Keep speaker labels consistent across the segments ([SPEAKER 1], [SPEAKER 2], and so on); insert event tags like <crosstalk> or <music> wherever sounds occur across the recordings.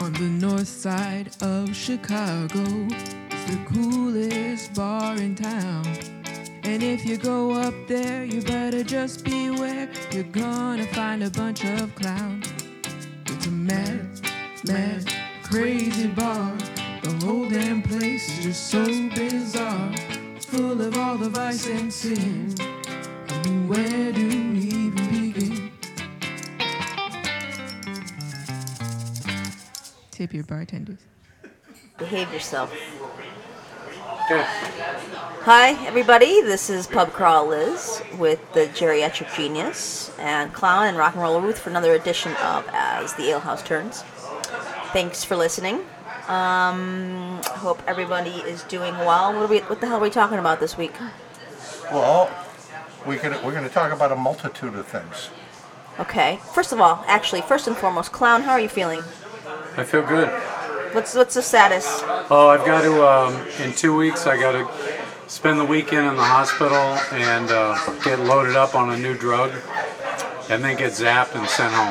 [SPEAKER 1] On the north side of Chicago, it's the coolest bar in town. And if you go up there, you better just beware. You're gonna find a bunch of clowns. It's a mad, mad, crazy bar. The whole damn place is just so bizarre, full of all the vice and sin. I mean, where do we even begin? Tip your bartenders.
[SPEAKER 2] Behave yourself. Hi, everybody. This is Pub Crawl Liz with the Geriatric Genius and Clown and Rock and Roll Ruth for another edition of As the Ale House Turns. Thanks for listening. Um, hope everybody is doing well. What, are we, what the hell are we talking about this week?
[SPEAKER 3] Well, we could, we're going to talk about a multitude of things.
[SPEAKER 2] Okay. First of all, actually, first and foremost, Clown, how are you feeling?
[SPEAKER 4] I feel good.
[SPEAKER 2] What's what's the status?
[SPEAKER 4] Oh, I've got to, um, in two weeks, I got to spend the weekend in the hospital and uh, get loaded up on a new drug and then get zapped and sent home.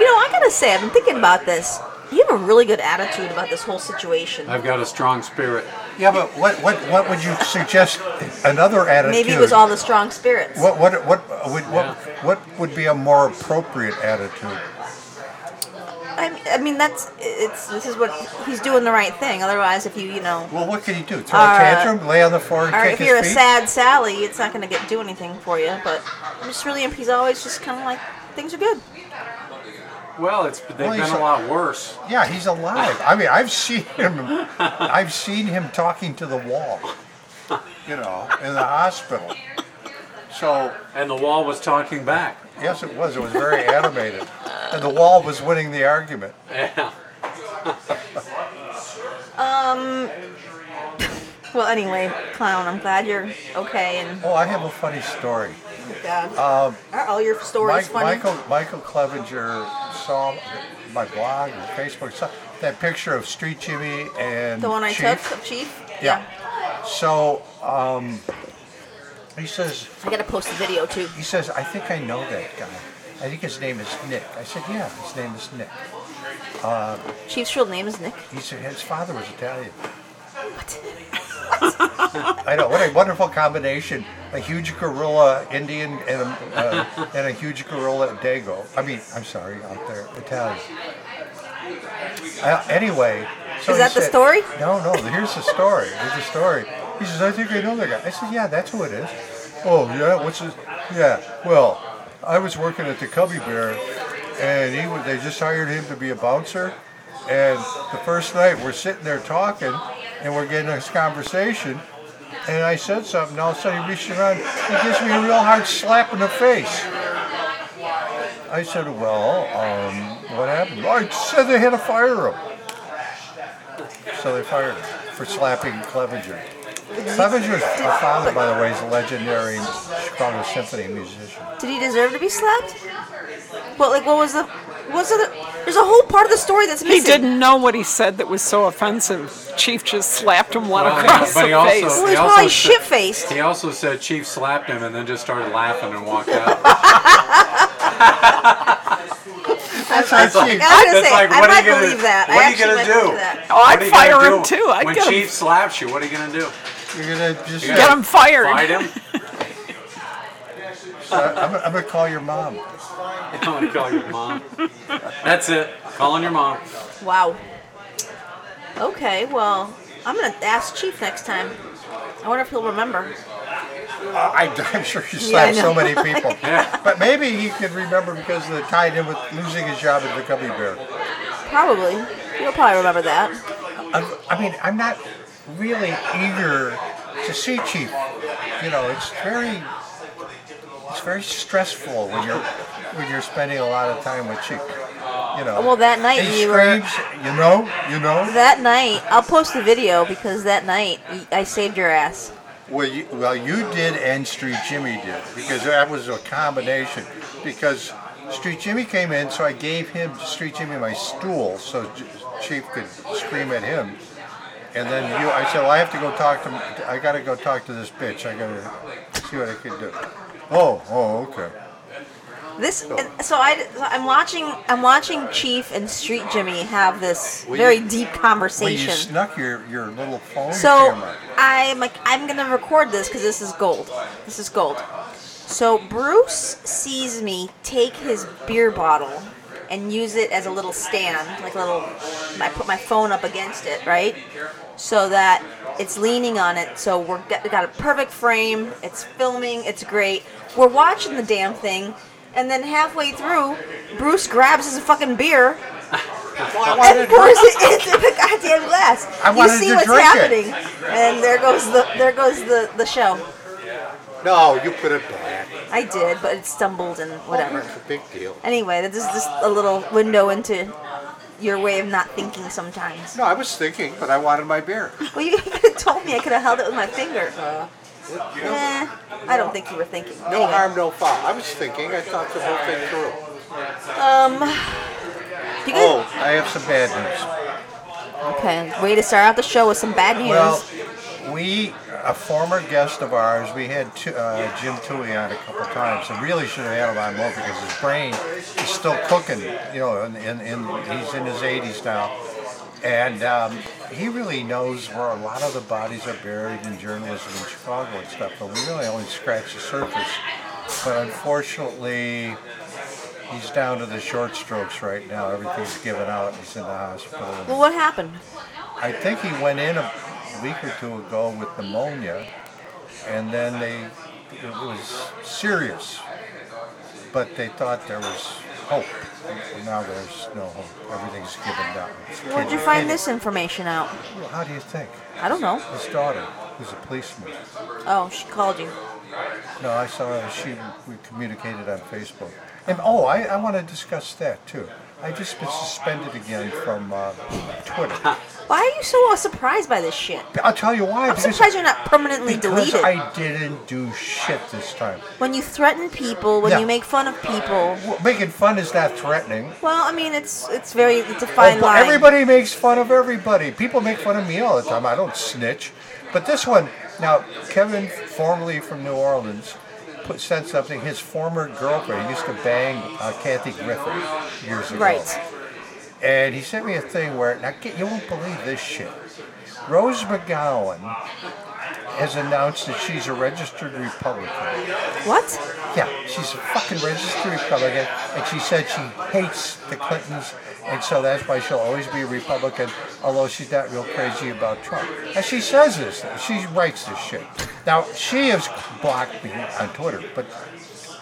[SPEAKER 2] You know, I gotta say, I've been thinking about this. You have a really good attitude about this whole situation.
[SPEAKER 4] I've got a strong spirit.
[SPEAKER 3] Yeah, but what, what, what would you suggest another attitude?
[SPEAKER 2] Maybe it was all the strong spirits.
[SPEAKER 3] What, what, what, would,
[SPEAKER 4] Yeah.
[SPEAKER 3] what, what would be a more appropriate attitude?
[SPEAKER 2] I mean, I mean, that's it's. This is what he's doing the right thing. Otherwise, if you you know,
[SPEAKER 3] Well, what could he do? Throw
[SPEAKER 2] Uh,
[SPEAKER 3] a tantrum, lay on the floor, and
[SPEAKER 2] or
[SPEAKER 3] kick
[SPEAKER 2] if you're a
[SPEAKER 3] his feet?
[SPEAKER 2] sad Sally, it's not gonna get do anything for you. But I'm just really, he's always just kind of like things are good.
[SPEAKER 4] Well, it's they've
[SPEAKER 3] Well,
[SPEAKER 4] been
[SPEAKER 3] you
[SPEAKER 4] a
[SPEAKER 3] saw-
[SPEAKER 4] lot worse.
[SPEAKER 3] yeah, he's alive. I mean, I've seen him. I've seen him talking to the wall. You know, in the hospital. So
[SPEAKER 4] And the wall was talking back.
[SPEAKER 3] yes, it was. It was very animated, and the wall was winning the argument.
[SPEAKER 4] Yeah.
[SPEAKER 2] Well, anyway, clown, I'm glad you're okay. And
[SPEAKER 3] Oh, I have a funny story.
[SPEAKER 2] oh God, um, are all your stories
[SPEAKER 3] Uh, Mike-
[SPEAKER 2] funny?
[SPEAKER 3] Michael Michael Clevenger saw my blog and Facebook saw that picture of Street Jimmy and
[SPEAKER 2] the one I
[SPEAKER 3] Chief.
[SPEAKER 2] took, of Chief.
[SPEAKER 3] Yeah. So um, he says.
[SPEAKER 2] I gotta post the video too.
[SPEAKER 3] He says, I think I know that guy. I think his name is Nick. I said, yeah, his name is Nick.
[SPEAKER 2] Chief's real name is Nick.
[SPEAKER 3] He said, his father was Italian.
[SPEAKER 2] What?
[SPEAKER 3] <laughs> I know, what a wonderful combination. A huge gorilla Indian and a, uh, and a huge gorilla Dago. I mean, I'm sorry, out there, Italian. Uh, anyway. So
[SPEAKER 2] Is
[SPEAKER 3] he
[SPEAKER 2] that the
[SPEAKER 3] said-
[SPEAKER 2] story?
[SPEAKER 3] No, no, here's the story. Here's the story. He says, I think I know that guy. I said, yeah, that's who it is. Oh, yeah, what's his? Yeah, well, I was working at the Cubby Bear, and he was, they just hired him to be a bouncer. And the first night, we're sitting there talking, and we're getting this conversation, and I said something, and all of a sudden he reached around and gives me a real hard slap in the face. I said, well, um, what happened? I said they had to fire him. So they fired him for slapping Clevenger. Clevenger's father, by the way, is a legendary Chicago Symphony musician.
[SPEAKER 2] Did he deserve to be slapped? What like what was the was it? There's a whole part of the story that's
[SPEAKER 5] He
[SPEAKER 2] missing.
[SPEAKER 5] didn't know what he said that was so offensive. Chief just slapped him one
[SPEAKER 4] Well,
[SPEAKER 5] across
[SPEAKER 4] but
[SPEAKER 5] the
[SPEAKER 4] he also-
[SPEAKER 5] face.
[SPEAKER 2] Well,
[SPEAKER 4] He
[SPEAKER 2] he's probably
[SPEAKER 4] also said-
[SPEAKER 2] shit faced.
[SPEAKER 4] He also said Chief slapped him and then just started laughing and walked
[SPEAKER 5] <laughs>
[SPEAKER 4] out.
[SPEAKER 3] That's our
[SPEAKER 2] I was
[SPEAKER 3] chief.
[SPEAKER 2] gonna
[SPEAKER 4] It's
[SPEAKER 2] say,
[SPEAKER 4] like,
[SPEAKER 2] I
[SPEAKER 4] what are
[SPEAKER 2] might
[SPEAKER 4] you gonna-
[SPEAKER 2] believe that.
[SPEAKER 4] what
[SPEAKER 2] I
[SPEAKER 4] are you
[SPEAKER 2] actually
[SPEAKER 4] gonna
[SPEAKER 2] might
[SPEAKER 4] do?
[SPEAKER 2] believe that.
[SPEAKER 5] Oh, I'd
[SPEAKER 4] What are you gonna
[SPEAKER 5] fire him
[SPEAKER 4] do?
[SPEAKER 5] too. I'd
[SPEAKER 4] when
[SPEAKER 5] get,
[SPEAKER 4] Chief
[SPEAKER 5] him,
[SPEAKER 4] slaps you, what are you gonna do?
[SPEAKER 3] You're gonna just.
[SPEAKER 5] get him fired.
[SPEAKER 4] Fight him? <laughs>
[SPEAKER 3] Uh, I'm, I'm gonna call your mom.
[SPEAKER 4] I want to call your mom. That's it. Calling your mom.
[SPEAKER 2] Wow. Okay, well, I'm gonna ask Chief next time. I wonder if he'll remember.
[SPEAKER 3] I, I'm sure he
[SPEAKER 2] Yeah, I
[SPEAKER 3] slapped so
[SPEAKER 2] know.
[SPEAKER 3] many people.
[SPEAKER 4] Yeah.
[SPEAKER 3] But maybe he could remember because of the tied in with losing his job at the Gummy Bear.
[SPEAKER 2] Probably. He'll probably remember that.
[SPEAKER 3] I'm, I mean, I'm not really eager to see Chief. You know, it's very, it's very stressful when you're when you're spending a lot of time with Chief. You know.
[SPEAKER 2] Well, that night
[SPEAKER 3] he
[SPEAKER 2] you were-
[SPEAKER 3] screams, you know, you know.
[SPEAKER 2] That night, I'll post the video because that night y- I saved your ass.
[SPEAKER 3] Well, you, well, you did, and Street Jimmy did because that was a combination. Because Street Jimmy came in, so I gave him Street Jimmy my stool so J- Chief could scream at him. And then you, I said, well, I have to go talk to, I gotta go talk to this bitch. I gotta see what I can do. Oh, oh, okay.
[SPEAKER 2] This so I so I'm watching I'm watching Chief and Street Jimmy have this very deep
[SPEAKER 3] Well, you
[SPEAKER 2] conversation.
[SPEAKER 3] snuck your, your little phone
[SPEAKER 2] So
[SPEAKER 3] camera.
[SPEAKER 2] I'm like, I'm gonna record this because this is gold. This is gold. So Bruce sees me take his beer bottle and use it as a little stand, like a little. I put my phone up against it, right, so that it's leaning on it. So we're got, we got a perfect frame. It's filming. It's great. We're watching the damn thing, and then halfway through, Bruce grabs his fucking beer
[SPEAKER 3] I
[SPEAKER 2] and
[SPEAKER 3] wanted,
[SPEAKER 2] pours it into the <laughs> goddamn glass.
[SPEAKER 3] I
[SPEAKER 2] you
[SPEAKER 3] wanted
[SPEAKER 2] see
[SPEAKER 3] to
[SPEAKER 2] what's
[SPEAKER 3] drink
[SPEAKER 2] happening,
[SPEAKER 3] it.
[SPEAKER 2] and there goes the there goes the the show.
[SPEAKER 6] No, you put it back.
[SPEAKER 2] I did, but it stumbled and whatever.
[SPEAKER 6] It's a big deal.
[SPEAKER 2] Anyway, this is just a little window into your way of not thinking sometimes.
[SPEAKER 6] No, I was thinking, but I wanted my beer.
[SPEAKER 2] Well, you <laughs> could have told me. I could have held it with my finger. Eh, I don't think you were thinking.
[SPEAKER 6] No harm, no foul. I was thinking. I thought the whole thing through.
[SPEAKER 2] Um. You
[SPEAKER 3] oh,
[SPEAKER 2] good?
[SPEAKER 3] I have some bad news.
[SPEAKER 2] Okay, way to start out the show with some bad news.
[SPEAKER 3] Well, we, a former guest of ours, we had Tu- uh, Jim Toohey on a couple times, and really should have had him on more because his brain is still cooking. You know, and, and, and he's in his 80s now. And um, he really knows where a lot of the bodies are buried in journalism in Chicago and stuff, but we really only scratch the surface. But unfortunately, he's down to the short strokes right now. Everything's given out. He's in the hospital. and-
[SPEAKER 2] well what happened?
[SPEAKER 3] I think he went in a week or two ago with pneumonia, and then they it was serious, but they thought there was hope. And Now there's no hope. Everything's given down.
[SPEAKER 2] Where'd you find this information out?
[SPEAKER 3] Well, How do you think?
[SPEAKER 2] I don't know.
[SPEAKER 3] His daughter, who's a policeman.
[SPEAKER 2] Oh, she called you.
[SPEAKER 3] No, I saw her. She we communicated on Facebook. And oh, I, I want to discuss that too. I just been suspended again from uh, Twitter.
[SPEAKER 2] Why are you so surprised by this shit?
[SPEAKER 3] I'll tell you why.
[SPEAKER 2] I'm
[SPEAKER 3] because-
[SPEAKER 2] surprised you're not permanently
[SPEAKER 3] Because
[SPEAKER 2] deleted.
[SPEAKER 3] I didn't do shit this time.
[SPEAKER 2] when you threaten people, when
[SPEAKER 3] Yeah.
[SPEAKER 2] you make fun of people,
[SPEAKER 3] Well, making fun is not threatening.
[SPEAKER 2] well, I mean, it's it's very it's a
[SPEAKER 3] Oh,
[SPEAKER 2] fine
[SPEAKER 3] but
[SPEAKER 2] line.
[SPEAKER 3] everybody makes fun of everybody. People make fun of me all the time. I don't snitch. But this one, now, Kevin, formerly from New Orleans, put, said something. His former girlfriend he used to bang uh, Kathy Griffin years ago.
[SPEAKER 2] right?
[SPEAKER 3] And he sent me a thing where, now get, you won't believe this shit. Rose McGowan has announced that she's a registered Republican.
[SPEAKER 2] What?
[SPEAKER 3] Yeah, she's a fucking registered Republican, and she said she hates the Clintons, and so that's why she'll always be a Republican, although she's not real crazy about Trump. And she says this, she writes this shit. Now, she has blocked me on Twitter, but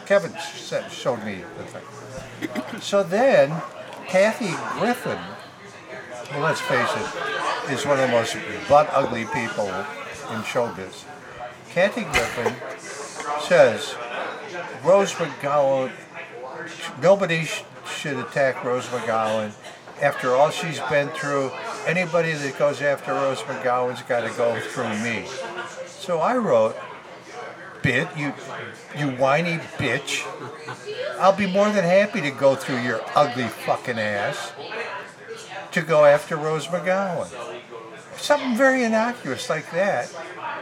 [SPEAKER 3] Kevin said, showed me the thing. So then, Kathy Griffin, well, let's face it, is one of the most butt ugly people in showbiz. Kathy Griffin says, Rose McGowan, nobody sh- should attack Rose McGowan. After all she's been through, anybody that goes after Rose McGowan's got to go through me. So I wrote, "Bit you, you whiny bitch. I'll be more than happy to go through your ugly fucking ass to go after Rose McGowan." Something very innocuous like that.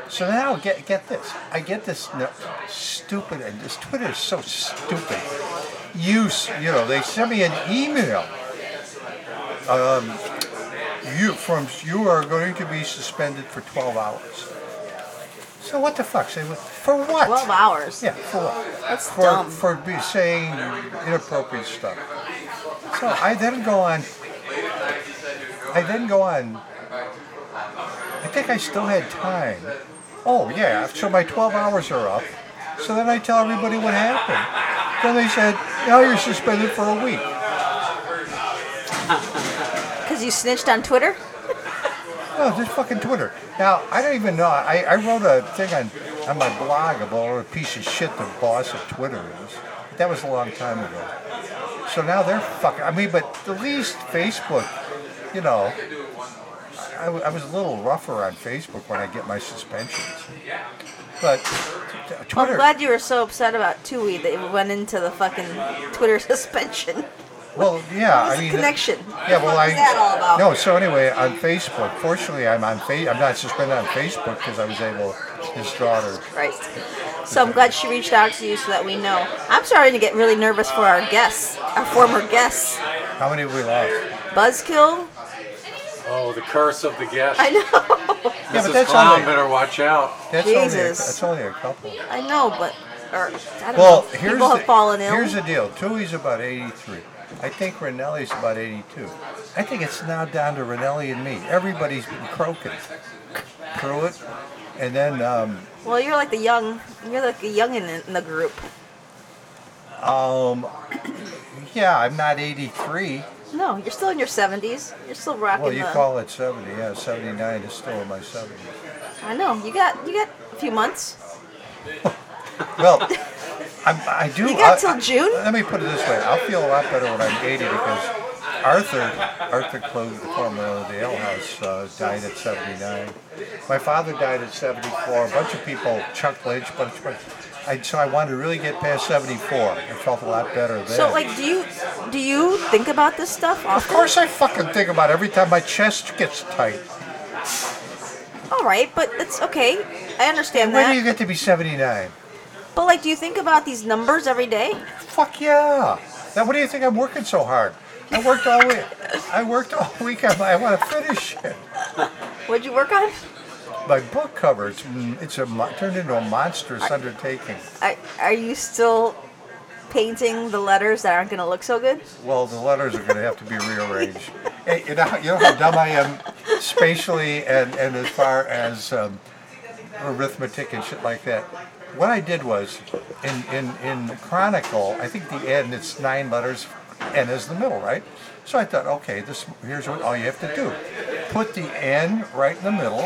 [SPEAKER 3] So now get get this. I get this no, stupid and this Twitter is so stupid. You s- you know they sent me an email. Um, you from you are going to be suspended for 12 hours. So what the fuck? Say what- for what?
[SPEAKER 2] Twelve hours.
[SPEAKER 3] Yeah, for what?
[SPEAKER 2] That's
[SPEAKER 3] for
[SPEAKER 2] dumb.
[SPEAKER 3] for be saying inappropriate stuff. So I then go on. I then go on. I think I still had time. Oh yeah, so my 12 hours are up. So then I tell everybody what happened. Then they said, now you're suspended for a week.
[SPEAKER 2] Because you snitched on Twitter.
[SPEAKER 3] No, Oh, just fucking Twitter. Now, I don't even know. I, I wrote a thing on, on my blog about a piece of shit the boss of Twitter is. That was a long time ago. So now they're fucking. I mean, but at least Facebook, you know. I, I was a little rougher on Facebook when I get my suspensions. But t- Twitter.
[SPEAKER 2] I'm glad you were so upset about Tui that it went into the fucking Twitter <laughs> suspension.
[SPEAKER 3] Well, yeah.
[SPEAKER 2] was
[SPEAKER 3] Uh, I
[SPEAKER 2] the
[SPEAKER 3] mean,
[SPEAKER 2] connection?
[SPEAKER 3] Yeah, well,
[SPEAKER 2] What
[SPEAKER 3] I.
[SPEAKER 2] was that all about?
[SPEAKER 3] No, so anyway, on Facebook. Fortunately, I'm on. Fa- I'm not suspended on Facebook because I was able. His daughter
[SPEAKER 2] Right. So I'm glad she reached out to you so that we know. I'm starting to get really nervous for our guests, our former guests.
[SPEAKER 3] How many have we lost?
[SPEAKER 2] Buzzkill?
[SPEAKER 4] Oh, the curse of the guest.
[SPEAKER 2] I know.
[SPEAKER 3] Yeah,
[SPEAKER 4] Mrs.
[SPEAKER 3] but that's
[SPEAKER 4] Clown
[SPEAKER 3] only-
[SPEAKER 4] better watch out.
[SPEAKER 3] That's only, a,
[SPEAKER 2] Jesus.
[SPEAKER 3] that's only a couple.
[SPEAKER 2] I know, but or, I don't
[SPEAKER 3] Well,
[SPEAKER 2] know.
[SPEAKER 3] here's
[SPEAKER 2] People
[SPEAKER 3] the,
[SPEAKER 2] have fallen ill.
[SPEAKER 3] here's the deal. Tui's about 83. I think Ranelli's about 82. I think it's now down to Ranelli and me. Everybody's been croaking through it. And then, um,
[SPEAKER 2] well, you're like the young, you're like the young in, in the group.
[SPEAKER 3] um, yeah, I'm not 83.
[SPEAKER 2] No, you're still in your 70s. You're still rocking
[SPEAKER 3] Well, you
[SPEAKER 2] the.
[SPEAKER 3] call it 70. Yeah, 79 is still in my 70s.
[SPEAKER 2] I know. You got you got a few months.
[SPEAKER 3] Well, I'm, I do.
[SPEAKER 2] You got
[SPEAKER 3] I-
[SPEAKER 2] till June?
[SPEAKER 3] I- let me put it this way: I'll feel a lot better when I'm 80 because Arthur, Arthur Clove, the former owner of the Ale House, uh, died at 79. My father died at 74. A bunch of people, Chuck Lynch, bunch, bunch. I, so I wanted to really get past 74. I felt a lot better then.
[SPEAKER 2] So like, do you do you think about this stuff?
[SPEAKER 3] of
[SPEAKER 2] Often?
[SPEAKER 3] course, I fucking think about it every time my chest gets tight.
[SPEAKER 2] All right, but it's okay. I understand
[SPEAKER 3] When do you
[SPEAKER 2] that.
[SPEAKER 3] get to be 79?
[SPEAKER 2] But like, do you think about these numbers every day?
[SPEAKER 3] Fuck yeah! Now, what do you think I'm working so hard? I worked all week. I worked all week. on my- I want to finish it.
[SPEAKER 2] What'd you work on?
[SPEAKER 3] My book cover. It's, it's a mo- turned into a monstrous undertaking.
[SPEAKER 2] Are, are you still painting the letters that aren't gonna look so good?
[SPEAKER 3] Well, the letters are going to have to be rearranged. Hey, you know, you know how dumb I am spatially and, and as far as um, arithmetic and shit like that. What I did was, in, in, in Chronicle, I think the end, it's nine letters, N is the middle, right? So I thought, okay, this here's what all you have to do. Put the N right in the middle,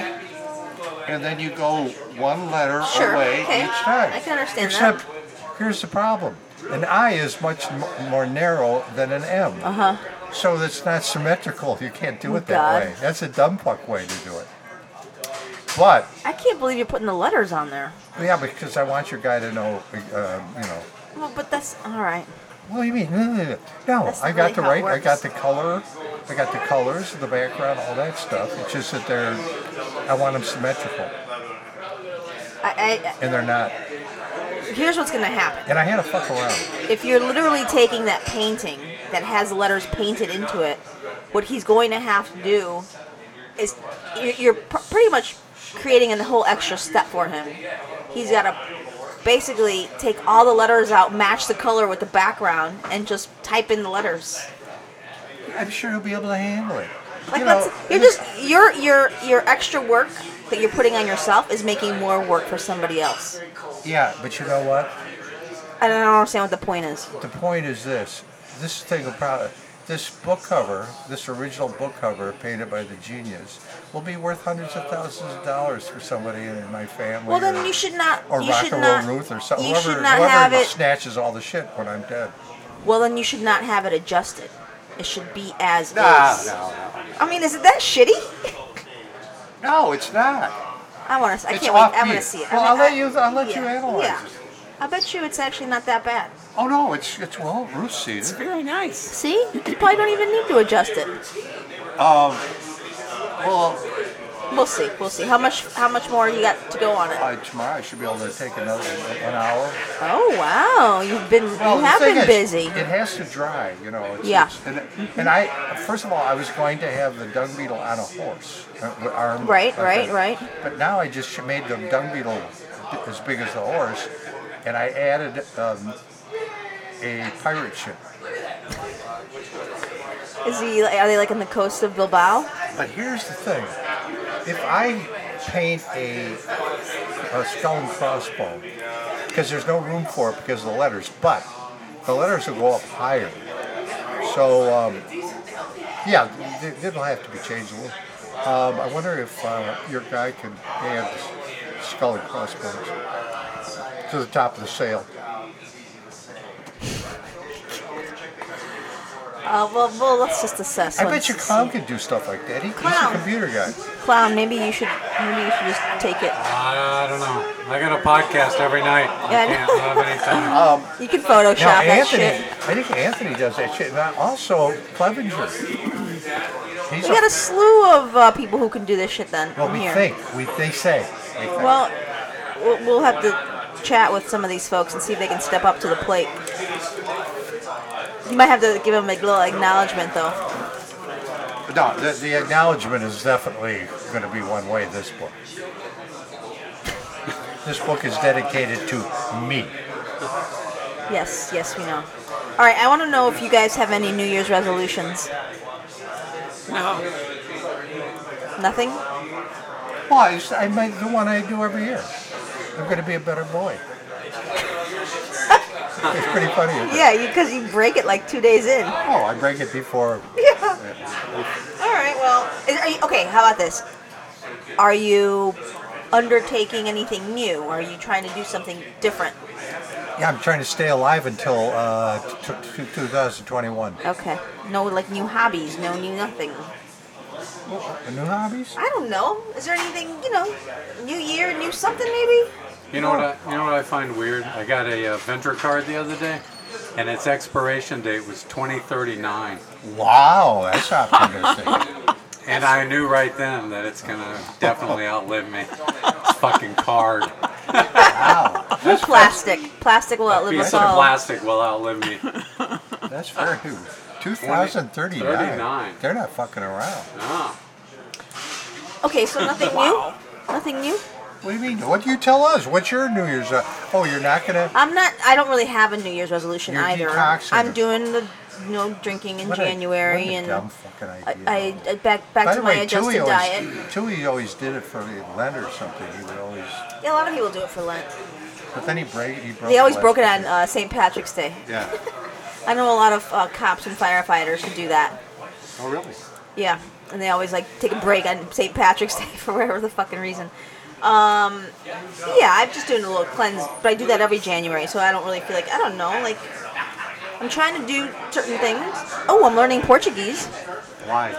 [SPEAKER 3] and then you go one letter
[SPEAKER 2] Sure,
[SPEAKER 3] away
[SPEAKER 2] okay.
[SPEAKER 3] each time.
[SPEAKER 2] I can understand that.
[SPEAKER 3] Except Here's the problem. An I is much m- more narrow than an M. Uh-huh. So that's not symmetrical. You can't do it that
[SPEAKER 2] God.
[SPEAKER 3] way. That's a dumb fuck way to do it. But
[SPEAKER 2] I can't believe you're putting the letters on there.
[SPEAKER 3] yeah, because I want your guy to know, uh, you know.
[SPEAKER 2] Well, but that's all right.
[SPEAKER 3] What do you mean? No, no, no. no
[SPEAKER 2] That's
[SPEAKER 3] I
[SPEAKER 2] not
[SPEAKER 3] got the
[SPEAKER 2] really
[SPEAKER 3] right.
[SPEAKER 2] how it
[SPEAKER 3] I got
[SPEAKER 2] works.
[SPEAKER 3] the color. I got the colors, the background, all that stuff. It's just that they're. I want them symmetrical,
[SPEAKER 2] I, I,
[SPEAKER 3] and they're not.
[SPEAKER 2] here's what's gonna happen.
[SPEAKER 3] And I had to fuck around.
[SPEAKER 2] If you're literally taking that painting that has letters painted into it, what he's going to have to do is you're, you're pr- pretty much creating a whole extra step for him. He's got to basically take all the letters out, match the color with the background, and just type in the letters.
[SPEAKER 3] I'm sure he'll be able to handle it.
[SPEAKER 2] Like
[SPEAKER 3] you
[SPEAKER 2] that's
[SPEAKER 3] know,
[SPEAKER 2] you're just your your your extra work that you're putting on yourself is making more work for somebody else.
[SPEAKER 3] yeah, but you know what?
[SPEAKER 2] I don't understand what the point is.
[SPEAKER 3] The point is this: this thing will probably, this book cover, this original book cover painted by the genius, will be worth hundreds of thousands of dollars for somebody in my family.
[SPEAKER 2] Well, then
[SPEAKER 3] or-
[SPEAKER 2] you should not.
[SPEAKER 3] Or
[SPEAKER 2] you
[SPEAKER 3] rock
[SPEAKER 2] should
[SPEAKER 3] and roll
[SPEAKER 2] not,
[SPEAKER 3] Ruth or something.
[SPEAKER 2] You
[SPEAKER 3] whoever
[SPEAKER 2] should not
[SPEAKER 3] whoever
[SPEAKER 2] have it.
[SPEAKER 3] snatches all the shit when I'm dead.
[SPEAKER 2] Well, then you should not have it adjusted. It should be as
[SPEAKER 3] Nah,
[SPEAKER 2] is. I mean, is it that shitty?
[SPEAKER 3] No, it's not.
[SPEAKER 2] I want to. I
[SPEAKER 3] It's
[SPEAKER 2] can't wait. I
[SPEAKER 3] offbeat.
[SPEAKER 2] want to see it.
[SPEAKER 3] Well,
[SPEAKER 2] I
[SPEAKER 3] I'll
[SPEAKER 2] mean,
[SPEAKER 3] let
[SPEAKER 2] I-
[SPEAKER 3] you- I'll let you
[SPEAKER 2] yeah,
[SPEAKER 3] analyze
[SPEAKER 2] yeah.
[SPEAKER 3] it.
[SPEAKER 2] I bet you it's actually not that bad.
[SPEAKER 3] Oh no, it's it's well, Ruth sees it.
[SPEAKER 5] Very nice.
[SPEAKER 2] See, you probably don't even need to adjust it.
[SPEAKER 3] Um, well,
[SPEAKER 2] We'll see. We'll see. How much? How much more you got to go on it?
[SPEAKER 3] by tomorrow I should be able to take another an hour.
[SPEAKER 2] Oh wow, you've been
[SPEAKER 3] Well,
[SPEAKER 2] you
[SPEAKER 3] the
[SPEAKER 2] have
[SPEAKER 3] thing
[SPEAKER 2] been
[SPEAKER 3] is,
[SPEAKER 2] busy.
[SPEAKER 3] It has to dry, you know. It's,
[SPEAKER 2] Yeah.
[SPEAKER 3] it's- and, and I, first of all, I was going to have the dung beetle on a horse. uh, with arm-
[SPEAKER 2] Right,
[SPEAKER 3] like
[SPEAKER 2] right,
[SPEAKER 3] that.
[SPEAKER 2] right.
[SPEAKER 3] But now I just made the dung beetle b- as big as the horse, and I added um, a pirate ship.
[SPEAKER 2] Is he? Are they like on the coast of Bilbao?
[SPEAKER 3] But here's the thing: if I paint a a skull and crossbone, because there's no room for it because of the letters, but the letters will go up higher. So um, yeah, th- it'll have to be changed a little. Um, I wonder if uh, your guy can add skull and crossbones to the top of the sail.
[SPEAKER 2] Uh, well, well, let's just assess.
[SPEAKER 3] I
[SPEAKER 2] once
[SPEAKER 3] bet you
[SPEAKER 2] to
[SPEAKER 3] Clown
[SPEAKER 2] see.
[SPEAKER 3] could do stuff like that. He, he's
[SPEAKER 2] Clown.
[SPEAKER 3] a computer guy.
[SPEAKER 2] Clown, maybe you should. Maybe you should just take it.
[SPEAKER 4] I don't know. I got a podcast every night.
[SPEAKER 2] Yeah, I
[SPEAKER 4] I can't have any
[SPEAKER 3] <laughs>
[SPEAKER 4] time.
[SPEAKER 3] Oh.
[SPEAKER 2] You can Photoshop
[SPEAKER 3] Now,
[SPEAKER 2] that
[SPEAKER 3] Anthony,
[SPEAKER 2] shit.
[SPEAKER 3] I think Anthony does that shit. Now, also Clevenger. He's
[SPEAKER 2] We got a slew of uh, people who can do this shit. Then
[SPEAKER 3] well,
[SPEAKER 2] from
[SPEAKER 3] we
[SPEAKER 2] here.
[SPEAKER 3] think we they say. They think.
[SPEAKER 2] Well, we'll- we'll have to chat with some of these folks and see if they can step up to the plate. You might have to give them a little acknowledgement, though.
[SPEAKER 3] No, the, the acknowledgement is definitely going to be one way this book. This book is dedicated to me.
[SPEAKER 2] Yes, yes, we know. All right, I want to know if you guys have any New Year's resolutions.
[SPEAKER 5] No.
[SPEAKER 2] Nothing?
[SPEAKER 3] Why? It's- I made the one I do every year. I'm going to be a better boy. it's pretty funny. isn't it?
[SPEAKER 2] Yeah, because you, break it like two days in.
[SPEAKER 3] Oh, I break it before.
[SPEAKER 2] Yeah. All right. Well, is, are you, okay. How about this? Are you undertaking anything new? Or are you trying to do something different?
[SPEAKER 3] Yeah, I'm trying to stay alive until uh, t- t- 2021.
[SPEAKER 2] Okay. No, like new hobbies. No new nothing.
[SPEAKER 3] New hobbies?
[SPEAKER 2] I don't know. Is there anything you know? New year, new something maybe?
[SPEAKER 4] You know what? I, you know what I find weird? I got a uh, venture card the other day, and its expiration date was 2039,
[SPEAKER 3] Wow, that's optimistic.
[SPEAKER 4] and I knew right then that it's gonna
[SPEAKER 3] <laughs>
[SPEAKER 4] definitely outlive me. It's fucking card.
[SPEAKER 3] wow,
[SPEAKER 2] New plastic. Plastic will outlive
[SPEAKER 4] Piece
[SPEAKER 2] us
[SPEAKER 4] of
[SPEAKER 2] all.
[SPEAKER 4] plastic will
[SPEAKER 3] <laughs>
[SPEAKER 4] outlive me.
[SPEAKER 3] that's very 2039.
[SPEAKER 4] 39.
[SPEAKER 3] They're not fucking around.
[SPEAKER 4] No.
[SPEAKER 2] Okay. So nothing new. Nothing new.
[SPEAKER 3] What do you mean? What do you tell us? What's your New Year's? Uh, oh, you're not gonna.
[SPEAKER 2] I'm not. I don't really have a New Year's resolution
[SPEAKER 3] You're
[SPEAKER 2] either.
[SPEAKER 3] detoxing.
[SPEAKER 2] I'm doing the you know drinking in
[SPEAKER 3] What a-
[SPEAKER 2] January
[SPEAKER 3] what a
[SPEAKER 2] and.
[SPEAKER 3] dumb fucking idea.
[SPEAKER 2] I, I, I back back
[SPEAKER 3] By
[SPEAKER 2] to
[SPEAKER 3] the
[SPEAKER 2] my
[SPEAKER 3] way,
[SPEAKER 2] adjusted
[SPEAKER 3] Tui
[SPEAKER 2] diet.
[SPEAKER 3] always, Tui always did it for the Lent or something. He would always,
[SPEAKER 2] Yeah, a lot of people do it for Lent.
[SPEAKER 3] but then he break. He broke.
[SPEAKER 2] They always
[SPEAKER 3] the
[SPEAKER 2] broke it on
[SPEAKER 3] Lent.
[SPEAKER 2] uh, St. Patrick's Day.
[SPEAKER 3] Yeah.
[SPEAKER 2] I know a lot of uh, cops and firefighters who do that.
[SPEAKER 6] Oh, really?
[SPEAKER 2] Yeah, and they always like take a break on St. Patrick's <laughs> Day for whatever the fucking reason. Um, yeah, I'm just doing a little cleanse, but I do that every January, so I don't really feel like I don't know. Like, I'm trying to do certain things. Oh, I'm learning Portuguese
[SPEAKER 3] Why?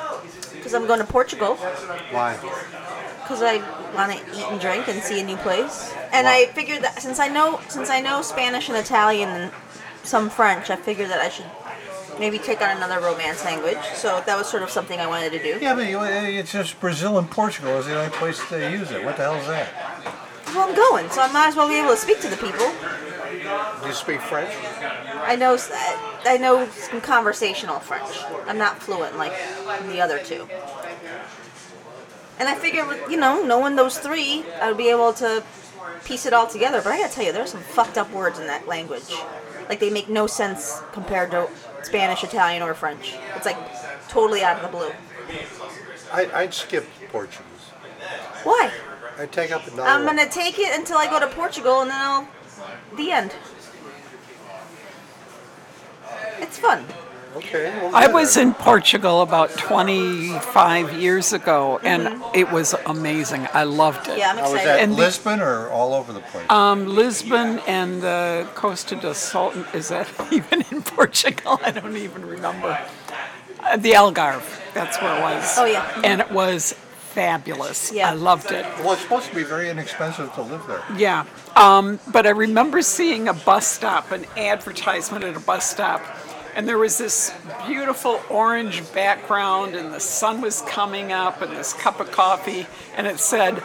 [SPEAKER 2] because I'm going to Portugal.
[SPEAKER 3] Why?
[SPEAKER 2] because I want to eat and drink and see a new place. And I figured that since I know since I know Spanish and Italian and some French, I figured that I should maybe take on another Romance language. So that was sort of something I wanted to do.
[SPEAKER 3] Yeah, but you- it's just Brazil and Portugal is the only place they use it. What the hell is that?
[SPEAKER 2] Well, I'm going, so I might as well be able to speak to the people.
[SPEAKER 6] Do you speak French?
[SPEAKER 2] I know s- I know some conversational French. I'm not fluent like the other two. And I figured, with, you know, knowing those three, I would be able to piece it all together. But I gotta tell you, there's some fucked up words in that language. Like they make no sense compared to Spanish, Italian, or French. It's like totally out of the blue.
[SPEAKER 6] I, I'd skip Portuguese.
[SPEAKER 2] Why?
[SPEAKER 6] I'd take up another
[SPEAKER 2] I'm
[SPEAKER 6] one.
[SPEAKER 2] gonna take it until I go to Portugal, and then I'll. The end. It's fun.
[SPEAKER 6] Okay. well,
[SPEAKER 5] I
[SPEAKER 6] good.
[SPEAKER 5] was in Portugal about 25 years ago, and it was amazing. I loved it.
[SPEAKER 2] Mm-hmm. Yeah, I'm
[SPEAKER 3] Now, was
[SPEAKER 2] excited.
[SPEAKER 3] that
[SPEAKER 5] And the-
[SPEAKER 3] Lisbon or all over the place?
[SPEAKER 5] Um, Lisbon and the Costa do Sol. Is that <laughs> even in Portugal? I don't even remember. Uh, the Algarve. That's where it was.
[SPEAKER 2] Oh, yeah.
[SPEAKER 5] And it was fabulous.
[SPEAKER 2] Yeah.
[SPEAKER 5] I loved it.
[SPEAKER 3] well, it's supposed to be very inexpensive to live there.
[SPEAKER 5] Yeah. Um, but I remember seeing a bus stop, an advertisement at a bus stop, and there was this beautiful orange background, and the sun was coming up, and this cup of coffee, and it said,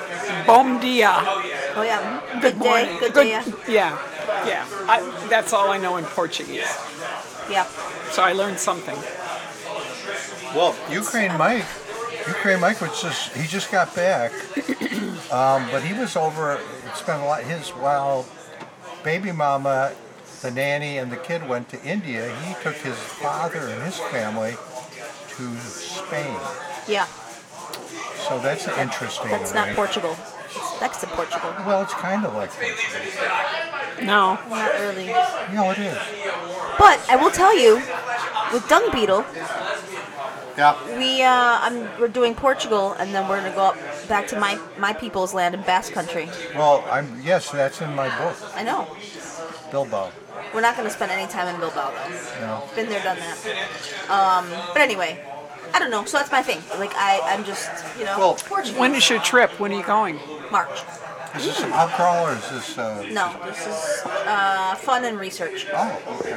[SPEAKER 5] Bom dia.
[SPEAKER 2] Oh yeah. day.
[SPEAKER 5] Good morning.
[SPEAKER 2] Good day. Yeah.
[SPEAKER 5] Yeah. Yeah. I, that's all I know in Portuguese.
[SPEAKER 2] yeah.
[SPEAKER 5] So I learned something.
[SPEAKER 3] Well, Ukraine Mike, Ukraine Mike was just he just got
[SPEAKER 2] <coughs>
[SPEAKER 3] back, um, but he was over. Spent a lot his while baby mama, the nanny, and the kid went to India. He took his father and his family to Spain.
[SPEAKER 2] Yeah.
[SPEAKER 3] So that's interesting.
[SPEAKER 2] That's not
[SPEAKER 3] right?
[SPEAKER 2] Portugal. That's to Portugal.
[SPEAKER 3] Well, it's kind of like Portugal.
[SPEAKER 5] No.
[SPEAKER 2] Not really.
[SPEAKER 3] You know, it is.
[SPEAKER 2] But I will tell you, with Dung Beetle,
[SPEAKER 3] Yeah.
[SPEAKER 2] we uh, I'm, we're doing Portugal, and then we're gonna go up back to my my people's land in Basque Country.
[SPEAKER 3] Well, I'm yes, that's in my book,
[SPEAKER 2] I know.
[SPEAKER 3] Bilbo.
[SPEAKER 2] We're not gonna spend any time in Bilbao though.
[SPEAKER 3] No.
[SPEAKER 2] Been there, done that. Um, but anyway, I don't know. So that's my thing. Like I I'm just you know
[SPEAKER 3] Well,
[SPEAKER 2] Portugal.
[SPEAKER 5] When is your trip? When are you going?
[SPEAKER 2] March?
[SPEAKER 3] Is this an uproar or is this? Uh,
[SPEAKER 2] No, this is uh, fun and research.
[SPEAKER 3] Oh, okay.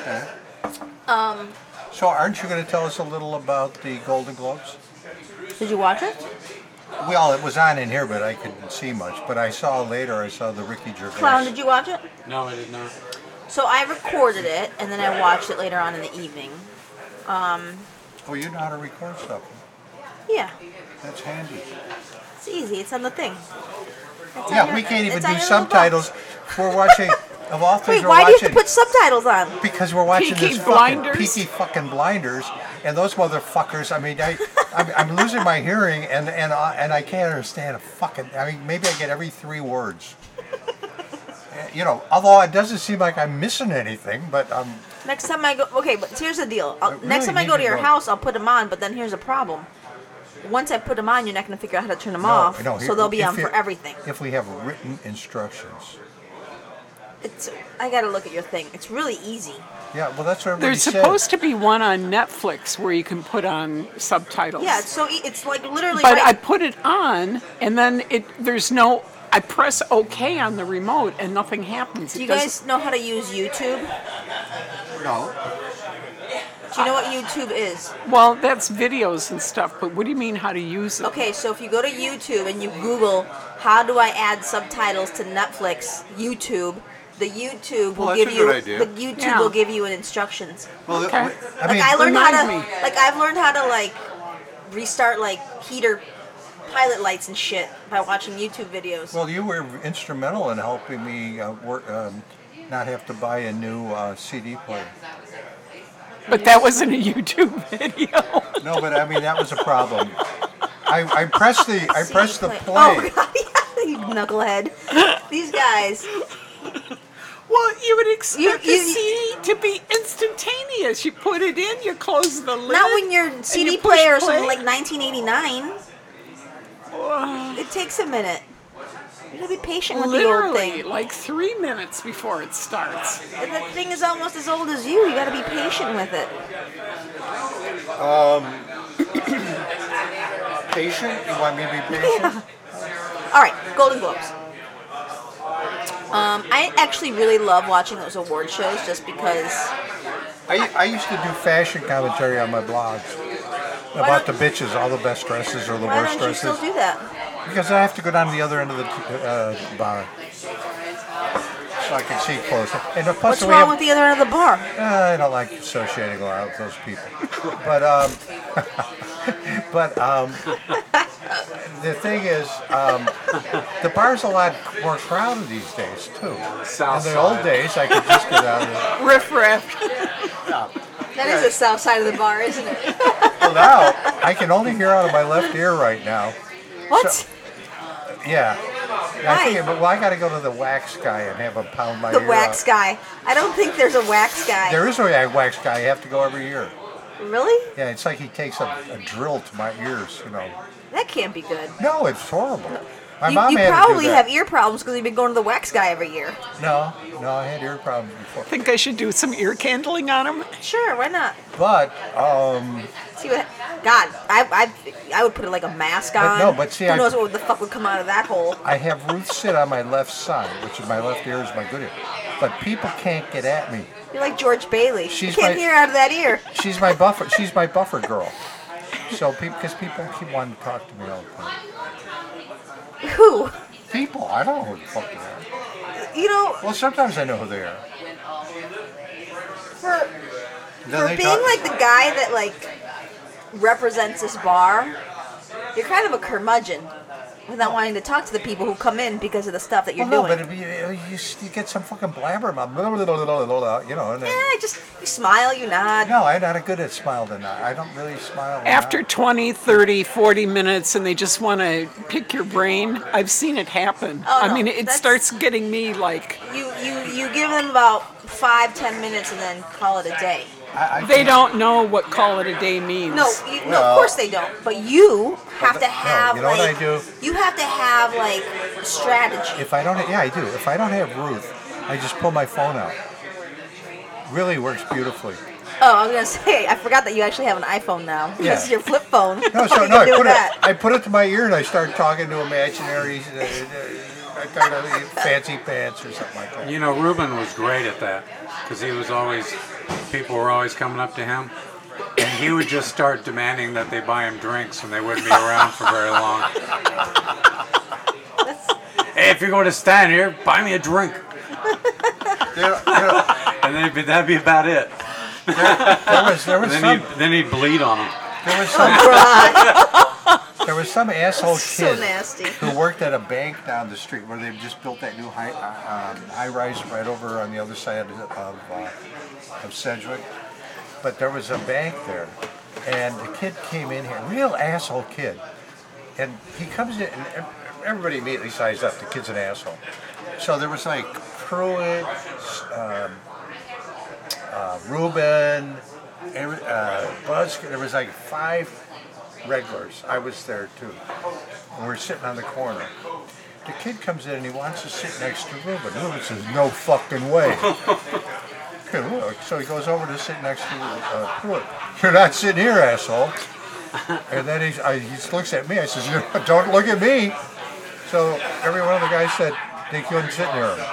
[SPEAKER 3] Okay. Um. So aren't you going to tell us a little about the Golden Globes?
[SPEAKER 2] Did you watch it?
[SPEAKER 3] Well, it was on in here, but I couldn't see much. But I saw later. I saw the Ricky Gervais.
[SPEAKER 2] Clown, did you watch it?
[SPEAKER 4] No, I did not.
[SPEAKER 2] So I recorded it and then I watched it later on in the evening.
[SPEAKER 3] Oh, you know how to record stuff.
[SPEAKER 2] Yeah,
[SPEAKER 3] That's handy.
[SPEAKER 2] it's easy. It's on the thing.
[SPEAKER 3] Yeah,
[SPEAKER 2] your-
[SPEAKER 3] we can't even
[SPEAKER 2] it's on
[SPEAKER 3] do
[SPEAKER 2] your little
[SPEAKER 3] subtitles. We're watching. Of all things,
[SPEAKER 2] Wait,
[SPEAKER 3] we're
[SPEAKER 2] why do you have
[SPEAKER 3] watching
[SPEAKER 2] to put subtitles on?
[SPEAKER 3] because we're watching
[SPEAKER 5] Peaky
[SPEAKER 3] this
[SPEAKER 5] Blinders?
[SPEAKER 3] fucking peaky fucking blinders, and those motherfuckers. I mean, I, I'm, I'm losing my hearing, and and I and I can't understand a fucking. I mean, maybe I get every three words. Eh, You know, although it doesn't seem like I'm missing anything, but um,
[SPEAKER 2] Next time I go, okay, but here's the deal. I'll,
[SPEAKER 3] I really
[SPEAKER 2] next time I
[SPEAKER 3] need
[SPEAKER 2] go
[SPEAKER 3] to
[SPEAKER 2] to your
[SPEAKER 3] go.
[SPEAKER 2] house, I'll put them on. But then here's a problem. Once I put them on, you're not going to figure out how to turn them off.
[SPEAKER 3] no,
[SPEAKER 2] so they'll be
[SPEAKER 3] if
[SPEAKER 2] on
[SPEAKER 3] you-
[SPEAKER 2] for everything.
[SPEAKER 3] If we have written instructions,
[SPEAKER 2] It's. I got to look at your thing. It's really easy.
[SPEAKER 3] yeah, well, that's what everybody
[SPEAKER 5] There's
[SPEAKER 3] said.
[SPEAKER 5] supposed to be one on Netflix where you can put on subtitles.
[SPEAKER 2] Yeah, it's so e- it's like literally.
[SPEAKER 5] But I
[SPEAKER 2] right-
[SPEAKER 5] put it on, and then it there's no. I press OK on the remote, and nothing happens.
[SPEAKER 2] do
[SPEAKER 5] It
[SPEAKER 2] you
[SPEAKER 5] doesn't-
[SPEAKER 2] guys know how to use YouTube?
[SPEAKER 3] no,
[SPEAKER 2] Do you know what YouTube is?
[SPEAKER 5] Well, that's videos and stuff. But what do you mean how to use it?
[SPEAKER 2] Okay, so if you go to YouTube and you Google how do I add subtitles to Netflix YouTube, the YouTube will
[SPEAKER 6] Well, that's
[SPEAKER 2] give
[SPEAKER 6] a
[SPEAKER 2] you
[SPEAKER 6] good idea.
[SPEAKER 2] the YouTube
[SPEAKER 5] Yeah.
[SPEAKER 2] will give you an instructions.
[SPEAKER 3] well,
[SPEAKER 5] Okay.
[SPEAKER 3] I mean,
[SPEAKER 2] like I learned how to
[SPEAKER 5] remind me.
[SPEAKER 2] like I've learned how to like restart like heater pilot lights and shit by watching YouTube videos.
[SPEAKER 3] well, you were instrumental in helping me uh, work, um, not have to buy a new uh, CD player.
[SPEAKER 5] But that wasn't a YouTube <laughs> video.
[SPEAKER 3] No, but I mean that was a problem. I, I pressed the I pressed the
[SPEAKER 2] Like,
[SPEAKER 3] play.
[SPEAKER 2] Oh <laughs> god, yeah, you knucklehead. These guys.
[SPEAKER 5] well, you would expect
[SPEAKER 2] You- you-
[SPEAKER 5] the CD to be instantaneous. You put it in, you close the lid.
[SPEAKER 2] Not when your
[SPEAKER 5] and
[SPEAKER 2] CD
[SPEAKER 5] you push
[SPEAKER 2] player is
[SPEAKER 5] play.
[SPEAKER 2] from like 1989. It takes a minute. You gotta be patient with the old
[SPEAKER 5] Literally,
[SPEAKER 2] thing.
[SPEAKER 5] like three minutes before it starts.
[SPEAKER 2] And That thing is almost as old as you. You gotta be patient with it.
[SPEAKER 3] Patient? You want me to be patient?
[SPEAKER 2] All right, Golden Globes. Um, I actually really love watching those award shows just because.
[SPEAKER 3] I, I used to do fashion commentary on my blogs about the bitches, all the best dresses or the
[SPEAKER 2] Why
[SPEAKER 3] worst
[SPEAKER 2] don't you still
[SPEAKER 3] dresses.
[SPEAKER 2] do that?
[SPEAKER 3] Because I have to go down to the other end of the uh, bar. So I can see closer. And plus
[SPEAKER 2] What's
[SPEAKER 3] we
[SPEAKER 2] wrong
[SPEAKER 3] have-
[SPEAKER 2] with the other end of the bar?
[SPEAKER 3] Uh, I don't like associating a lot with those people. But um, <laughs> but um, the thing is, um, the bar's a lot more crowded these days too.
[SPEAKER 4] South
[SPEAKER 3] In the old
[SPEAKER 4] side.
[SPEAKER 3] days, I could just get out. Of
[SPEAKER 5] Riff raff.
[SPEAKER 2] That is the south side of the bar, isn't
[SPEAKER 3] <laughs>
[SPEAKER 2] it?
[SPEAKER 3] well, now I can only hear out of my left ear right now.
[SPEAKER 2] What?
[SPEAKER 3] So- Yeah. I
[SPEAKER 2] Why?
[SPEAKER 3] think, but well, I got to go to the wax guy and have him pound my
[SPEAKER 2] the
[SPEAKER 3] ear
[SPEAKER 2] wax
[SPEAKER 3] out.
[SPEAKER 2] guy. I don't think there's a wax guy.
[SPEAKER 3] uh, There is a wax guy. You have to go every year.
[SPEAKER 2] really?
[SPEAKER 3] Yeah, it's like he takes a, a drill to my ears. You know.
[SPEAKER 2] That can't be good.
[SPEAKER 3] No, it's horrible. My
[SPEAKER 2] you
[SPEAKER 3] mom
[SPEAKER 2] you
[SPEAKER 3] had to
[SPEAKER 2] probably
[SPEAKER 3] do that.
[SPEAKER 2] have ear problems because you've been going to the wax guy every year.
[SPEAKER 3] No, no, I had ear problems before.
[SPEAKER 5] Think I should do some ear candling on him?
[SPEAKER 2] Sure, why not?
[SPEAKER 3] But um,
[SPEAKER 2] See what? God, I, I, I would put like a mask on.
[SPEAKER 3] no, but see,
[SPEAKER 2] who
[SPEAKER 3] I-
[SPEAKER 2] knows what the fuck would come out of that hole?
[SPEAKER 3] I have Ruth sit on my left side, which is my left ear is my good ear. But people can't get at me.
[SPEAKER 2] You're like George Bailey.
[SPEAKER 3] She's
[SPEAKER 2] you can't
[SPEAKER 3] my-
[SPEAKER 2] hear out of that ear. <laughs>
[SPEAKER 3] She's my buffer. She's my buffer girl. So people, because people keep wanting to talk to me all the time.
[SPEAKER 2] Who?
[SPEAKER 3] People, I don't know who the fuck they are.
[SPEAKER 2] You know,
[SPEAKER 3] Well, sometimes I know who they are.
[SPEAKER 2] for
[SPEAKER 3] Then
[SPEAKER 2] for
[SPEAKER 3] they
[SPEAKER 2] being
[SPEAKER 3] talk-
[SPEAKER 2] like the guy that like represents this bar, you're kind of a curmudgeon with not wanting to talk to the people who come in because of the stuff that you're
[SPEAKER 3] Well, no,
[SPEAKER 2] doing.
[SPEAKER 3] but if you, uh, you, you get some fucking blabber mouth, blah, blah, blah, blah, blah, blah, you know. And then,
[SPEAKER 2] Eh, just you smile, you nod.
[SPEAKER 3] no, I'm not good at smiling. and I I don't really smile. and
[SPEAKER 5] After
[SPEAKER 3] nod.
[SPEAKER 5] 20, 30, 40 minutes, and they just want to pick your brain, I've seen it happen.
[SPEAKER 2] Oh,
[SPEAKER 5] I
[SPEAKER 2] no,
[SPEAKER 5] mean, it
[SPEAKER 2] that's-
[SPEAKER 5] starts getting me like
[SPEAKER 2] You you you give them about five ten minutes and then call it a day.
[SPEAKER 3] I, I
[SPEAKER 5] they don't know what call it a day means.
[SPEAKER 2] No, you, no,
[SPEAKER 3] Well-
[SPEAKER 2] of course they don't. But you have to
[SPEAKER 3] no,
[SPEAKER 2] have
[SPEAKER 3] you know what
[SPEAKER 2] like
[SPEAKER 3] I do?
[SPEAKER 2] you have to have like strategy.
[SPEAKER 3] If I don't, yeah, I do. If I don't have Ruth, I just pull my phone out. Really works beautifully.
[SPEAKER 2] Oh, I was gonna <laughs> say, I forgot that you actually have an iPhone now.
[SPEAKER 3] Yeah.
[SPEAKER 2] This is your flip phone.
[SPEAKER 3] No,
[SPEAKER 2] <laughs>
[SPEAKER 3] so
[SPEAKER 2] you
[SPEAKER 3] no, I
[SPEAKER 2] can do
[SPEAKER 3] put
[SPEAKER 2] that.
[SPEAKER 3] it. I put it to my ear and I start talking to imaginary, uh, uh, I talk to fancy pants or something like that.
[SPEAKER 4] You know, Ruben was great at that because he was always, people were always coming up to him and he would just start demanding that they buy him drinks, and they wouldn't be around for very long. hey, if you're going to stand here, buy me a drink,
[SPEAKER 3] You know, you know,
[SPEAKER 4] and then it'd be- that'd be about it.
[SPEAKER 3] there was there was
[SPEAKER 4] Then
[SPEAKER 3] some
[SPEAKER 4] he'd, then he'd bleed on him.
[SPEAKER 3] there
[SPEAKER 2] Oh,
[SPEAKER 3] was some there was some
[SPEAKER 2] <laughs>
[SPEAKER 3] asshole
[SPEAKER 2] so
[SPEAKER 3] kid
[SPEAKER 2] nasty.
[SPEAKER 3] who worked at a bank down the street where they've just built that new high uh, um, high rise right over on the other side of of, uh, of Sedgwick. But there was a bank there, and the kid came in here, real asshole kid, and he comes in and ev- everybody immediately sized up. The kid's an asshole. So there was like Pruitt, um, Ruben, every- uh, Buzz. There was like five regulars. I was there too. And we're sitting on the corner. The kid comes in and he wants to sit next to Ruben. Ruben says, "No fucking way." <laughs> Okay, look. So he goes over to sit next to uh, Pruitt. You're not sitting here, asshole. And then he's, I, he looks at me. I says, "You <laughs> "Don't look at me." So every one of the guys said they couldn't sit near him.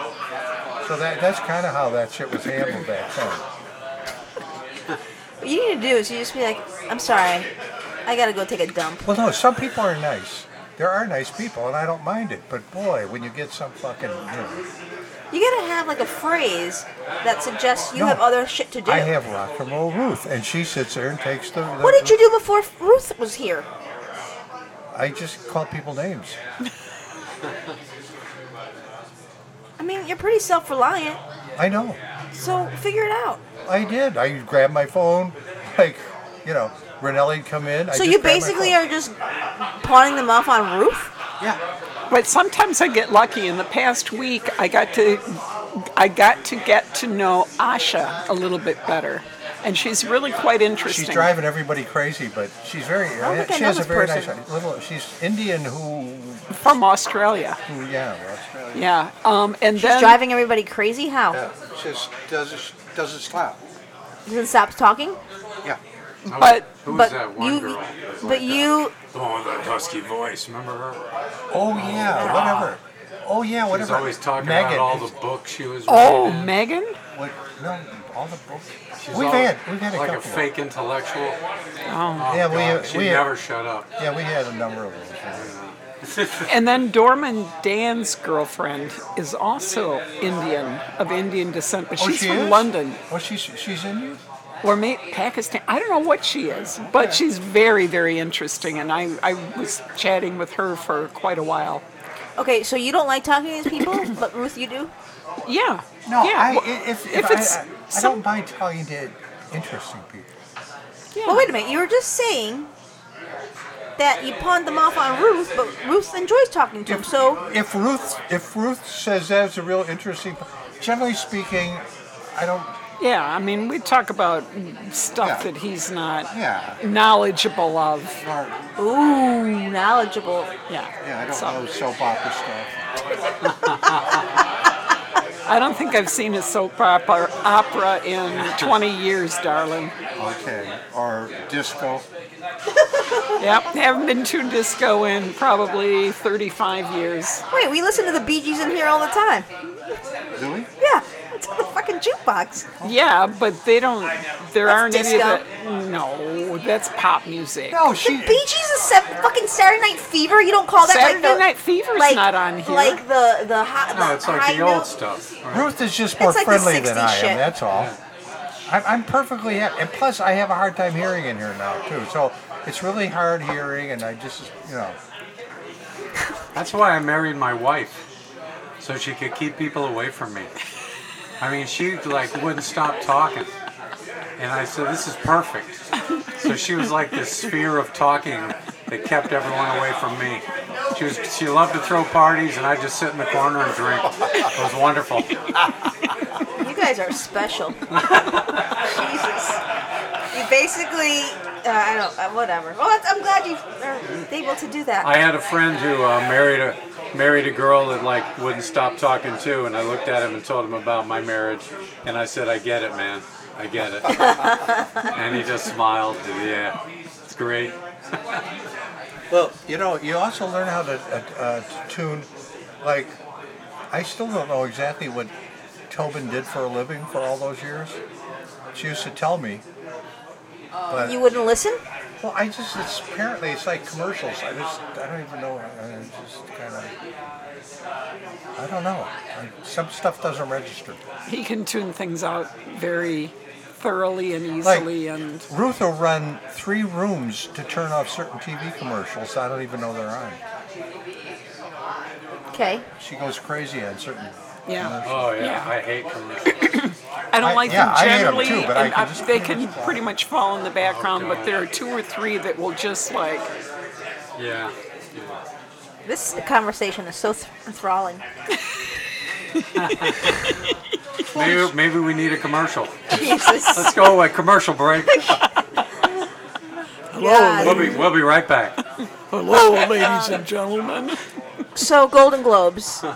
[SPEAKER 3] So that, that's kind of how that shit was handled back then.
[SPEAKER 2] What you need to do is you just be like, I'm sorry, I gotta go take a dump.
[SPEAKER 3] Well, no, some people are nice. There are nice people, and I don't mind it. But boy, when you get some fucking, you know,
[SPEAKER 2] You gotta have like a phrase that suggests you
[SPEAKER 3] No.
[SPEAKER 2] have other shit to do.
[SPEAKER 3] I have rock and roll Ruth, and she sits there and takes the. the-
[SPEAKER 2] What did you do before Ruth was here?
[SPEAKER 3] I just call people names.
[SPEAKER 2] I mean, you're pretty self-reliant,
[SPEAKER 3] I know.
[SPEAKER 2] so figure it out.
[SPEAKER 3] I did. I grabbed my phone, like, you know, Renelli'd come in. I
[SPEAKER 2] so
[SPEAKER 3] just
[SPEAKER 2] you
[SPEAKER 3] grabbed my
[SPEAKER 2] basically
[SPEAKER 3] phone.
[SPEAKER 2] are just pawning them off on Ruth.
[SPEAKER 5] But sometimes I get lucky. In the past week, I got to I got to get to know Asha a little bit better, and she's really quite interesting.
[SPEAKER 3] She's driving everybody crazy, but she's very.
[SPEAKER 2] don't think I
[SPEAKER 3] she
[SPEAKER 2] know
[SPEAKER 3] has a
[SPEAKER 2] this
[SPEAKER 3] very
[SPEAKER 2] person.
[SPEAKER 3] nice little. She's Indian who,
[SPEAKER 5] from Australia.
[SPEAKER 3] who yeah, Australia.
[SPEAKER 5] Yeah, um, and
[SPEAKER 2] She's
[SPEAKER 5] then
[SPEAKER 2] driving everybody crazy. How?
[SPEAKER 6] Yeah, just doesn't doesn't stop.
[SPEAKER 2] Doesn't stop talking.
[SPEAKER 6] Yeah.
[SPEAKER 5] But-
[SPEAKER 4] who
[SPEAKER 2] but
[SPEAKER 4] was that one
[SPEAKER 2] you-
[SPEAKER 4] girl? that was
[SPEAKER 2] but
[SPEAKER 4] like that?
[SPEAKER 2] you-
[SPEAKER 4] the one with the husky voice. Remember her?
[SPEAKER 3] Oh yeah, whatever. Oh yeah,
[SPEAKER 4] She was
[SPEAKER 3] whatever.
[SPEAKER 4] always talking
[SPEAKER 3] Megan.
[SPEAKER 4] about all the books she was
[SPEAKER 5] oh,
[SPEAKER 4] reading.
[SPEAKER 5] Megan.
[SPEAKER 3] What? No, all the books.
[SPEAKER 4] She's
[SPEAKER 3] we've
[SPEAKER 4] all
[SPEAKER 3] had, we've had a
[SPEAKER 4] like a
[SPEAKER 3] couple.
[SPEAKER 4] fake intellectual.
[SPEAKER 5] Oh.
[SPEAKER 4] Oh,
[SPEAKER 3] Yeah, we-
[SPEAKER 4] God, she
[SPEAKER 3] we-
[SPEAKER 4] never shut up.
[SPEAKER 3] Yeah, we had a number of those.
[SPEAKER 5] And then Dorman Dan's girlfriend is also Indian of Indian descent, but she's
[SPEAKER 3] Oh, she
[SPEAKER 5] from
[SPEAKER 3] is?
[SPEAKER 5] London
[SPEAKER 3] Oh, she's she's in you.
[SPEAKER 5] or may, Pakistan. I don't know what she is, but she's very very interesting, and I I was chatting with her for quite a while.
[SPEAKER 2] Okay, so you don't like talking to these people, but Ruth, you do.
[SPEAKER 5] Yeah.
[SPEAKER 3] No,
[SPEAKER 5] yeah.
[SPEAKER 3] I,
[SPEAKER 5] well,
[SPEAKER 3] if, if,
[SPEAKER 5] it's
[SPEAKER 3] I, I, I
[SPEAKER 5] some,
[SPEAKER 3] don't mind talking to interesting people.
[SPEAKER 5] yeah.
[SPEAKER 2] Well, wait a minute. You were just saying that you pawned them off on Ruth, but Ruth enjoys talking to him. So
[SPEAKER 3] If Ruth if Ruth says that's a real interesting, generally speaking, I don't.
[SPEAKER 5] Yeah, I mean, we talk about stuff
[SPEAKER 3] Yeah.
[SPEAKER 5] that he's not
[SPEAKER 3] Yeah.
[SPEAKER 5] knowledgeable of.
[SPEAKER 3] Or,
[SPEAKER 2] ooh, knowledgeable.
[SPEAKER 5] Yeah.
[SPEAKER 3] yeah, I don't
[SPEAKER 5] so,
[SPEAKER 3] know soap opera stuff.
[SPEAKER 5] I don't think I've seen a soap opera, opera
[SPEAKER 3] <laughs>
[SPEAKER 5] in 20 years, darling.
[SPEAKER 3] Okay, or disco.
[SPEAKER 5] Yep, haven't been to disco in probably 35 years.
[SPEAKER 2] Wait, we listen to the Bee Gees in here all the time.
[SPEAKER 3] Do we?
[SPEAKER 2] Yeah, it's on the fucking jukebox.
[SPEAKER 5] Yeah, but they don't, there
[SPEAKER 2] That's
[SPEAKER 5] aren't any of
[SPEAKER 2] disco.
[SPEAKER 5] that. No, that's pop music.
[SPEAKER 3] No,
[SPEAKER 2] The
[SPEAKER 3] she.
[SPEAKER 2] Bee Gees is sev- fucking Saturday Night Fever. You don't call that like
[SPEAKER 5] Saturday
[SPEAKER 2] the,
[SPEAKER 5] Night Fever's
[SPEAKER 2] like,
[SPEAKER 5] not on here.
[SPEAKER 2] Like the the hot.
[SPEAKER 4] No, it's like
[SPEAKER 2] high
[SPEAKER 4] the old
[SPEAKER 2] note.
[SPEAKER 4] stuff.
[SPEAKER 3] Ruth is just more
[SPEAKER 2] like the
[SPEAKER 3] friendly than
[SPEAKER 2] 60s
[SPEAKER 3] I am.
[SPEAKER 2] shit.
[SPEAKER 3] That's all. I'm, I'm perfectly happy, and plus I have a hard time hearing in here now too. So it's really hard hearing, and I just you know.
[SPEAKER 4] That's why I married my wife, so she could keep people away from me. I mean, she like wouldn't stop talking, and I said, "This is perfect." So she was like this sphere of talking that kept everyone away from me. She was she loved to throw parties, and I would just sit in the corner and drink. It was wonderful.
[SPEAKER 2] You guys are special.
[SPEAKER 4] <laughs>
[SPEAKER 2] Jesus. You basically. Uh, I don't. Uh, whatever. Well, that's- I'm glad you are able to do that.
[SPEAKER 4] I had a friend who uh, married a married a girl that like wouldn't stop talking to, and I looked at him and told him about my marriage, and I said, "I get it, man, I get
[SPEAKER 5] <laughs>
[SPEAKER 4] it," and he just smiled. Yeah, it's great.
[SPEAKER 3] Well, you know, you also learn how to, uh, uh, to tune. Like, I still don't know exactly what Tobin did for a living for all those years. She used to tell me, But
[SPEAKER 2] You wouldn't listen?
[SPEAKER 3] well, I just it's apparently it's like commercials. I just I don't even know. I- I just kind of I don't know. I, some stuff doesn't register.
[SPEAKER 5] He can tune things out very thoroughly and
[SPEAKER 3] Like
[SPEAKER 5] easily, and
[SPEAKER 3] Ruth will run three rooms to turn off certain TV commercials. I don't even know they're on.
[SPEAKER 2] Okay.
[SPEAKER 3] She goes crazy on certain.
[SPEAKER 5] yeah.
[SPEAKER 4] Oh yeah,
[SPEAKER 5] Yeah.
[SPEAKER 4] I hate commercials.
[SPEAKER 5] I don't
[SPEAKER 3] I-
[SPEAKER 5] like
[SPEAKER 3] yeah,
[SPEAKER 5] them
[SPEAKER 3] I hate 'em
[SPEAKER 5] generally,
[SPEAKER 3] too, but I
[SPEAKER 5] and
[SPEAKER 3] can
[SPEAKER 5] I-
[SPEAKER 3] just
[SPEAKER 5] they
[SPEAKER 3] pretty
[SPEAKER 5] can
[SPEAKER 3] much follow.
[SPEAKER 5] pretty much fall in the background. but
[SPEAKER 4] God.
[SPEAKER 5] there are two or three that will just like
[SPEAKER 4] Yeah.
[SPEAKER 2] This conversation is so th- enthralling. <laughs>
[SPEAKER 4] Maybe maybe we need a commercial.
[SPEAKER 2] Jesus.
[SPEAKER 4] Let's go a commercial
[SPEAKER 5] <laughs>
[SPEAKER 4] break. We'll
[SPEAKER 2] God.
[SPEAKER 4] be we'll be right back.
[SPEAKER 5] Hello, ladies and gentlemen.
[SPEAKER 2] So, Golden Globes. <clears throat> um,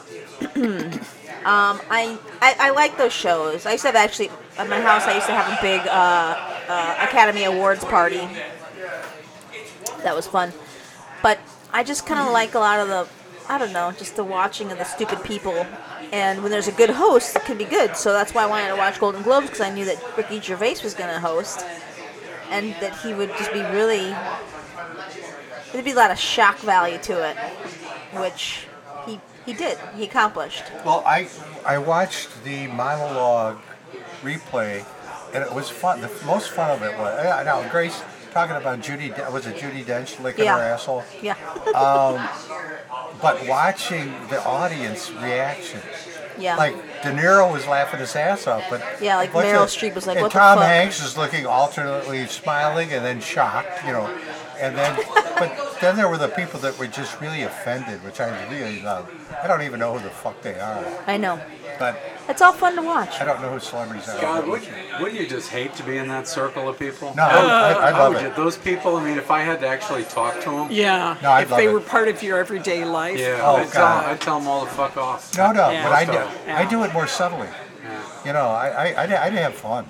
[SPEAKER 2] I, I I like those shows. I used to have actually at my house. I used to have a big uh, uh, Academy Awards party. That was fun, but I just kind of like a lot of the I don't know, just the watching of the stupid people. And when there's a good host, it can be good. So that's why I wanted to watch Golden Globes because I knew that Ricky Gervais was going to host, and that he would just be really. There'd be a lot of shock value to it which he he did. He accomplished.
[SPEAKER 3] Well, I I watched the monologue replay, and it was fun. The most fun of it was I know Grace talking about Judy. De- Was it Judy Dench licking
[SPEAKER 2] Yeah.
[SPEAKER 3] her asshole?
[SPEAKER 2] Yeah.
[SPEAKER 3] But watching the audience reaction.
[SPEAKER 2] yeah.
[SPEAKER 3] Like De Niro was laughing his ass off, but
[SPEAKER 2] Yeah, like
[SPEAKER 3] a bunch
[SPEAKER 2] Meryl
[SPEAKER 3] of-
[SPEAKER 2] Streep was like,
[SPEAKER 3] and
[SPEAKER 2] "What the
[SPEAKER 3] Tom
[SPEAKER 2] fuck?"
[SPEAKER 3] Hanks is looking alternately smiling and then shocked, you know,
[SPEAKER 2] <laughs>
[SPEAKER 3] and then but then there were the people that were just really offended, which I really love. I don't even know who the fuck they are,
[SPEAKER 2] I know.
[SPEAKER 3] but
[SPEAKER 2] It's all fun to watch.
[SPEAKER 3] I don't know who celebrities are.
[SPEAKER 4] God, wouldn't, wouldn't you just hate to be in that circle of people?
[SPEAKER 3] No, I, I, I
[SPEAKER 4] How
[SPEAKER 3] love
[SPEAKER 4] would you,
[SPEAKER 3] it.
[SPEAKER 4] those people, I mean, if I had to actually talk to them,
[SPEAKER 5] Yeah.
[SPEAKER 3] No, I'd
[SPEAKER 5] if
[SPEAKER 3] love
[SPEAKER 5] they
[SPEAKER 3] it.
[SPEAKER 5] were part of your everyday life.
[SPEAKER 4] yeah,
[SPEAKER 3] Oh,
[SPEAKER 4] I'd, tell,
[SPEAKER 3] God.
[SPEAKER 4] I'd tell them all to fuck off.
[SPEAKER 3] No, no,
[SPEAKER 5] Yeah.
[SPEAKER 3] but I do,
[SPEAKER 5] Yeah.
[SPEAKER 3] I do it more subtly. You know, I, I, I, I have fun.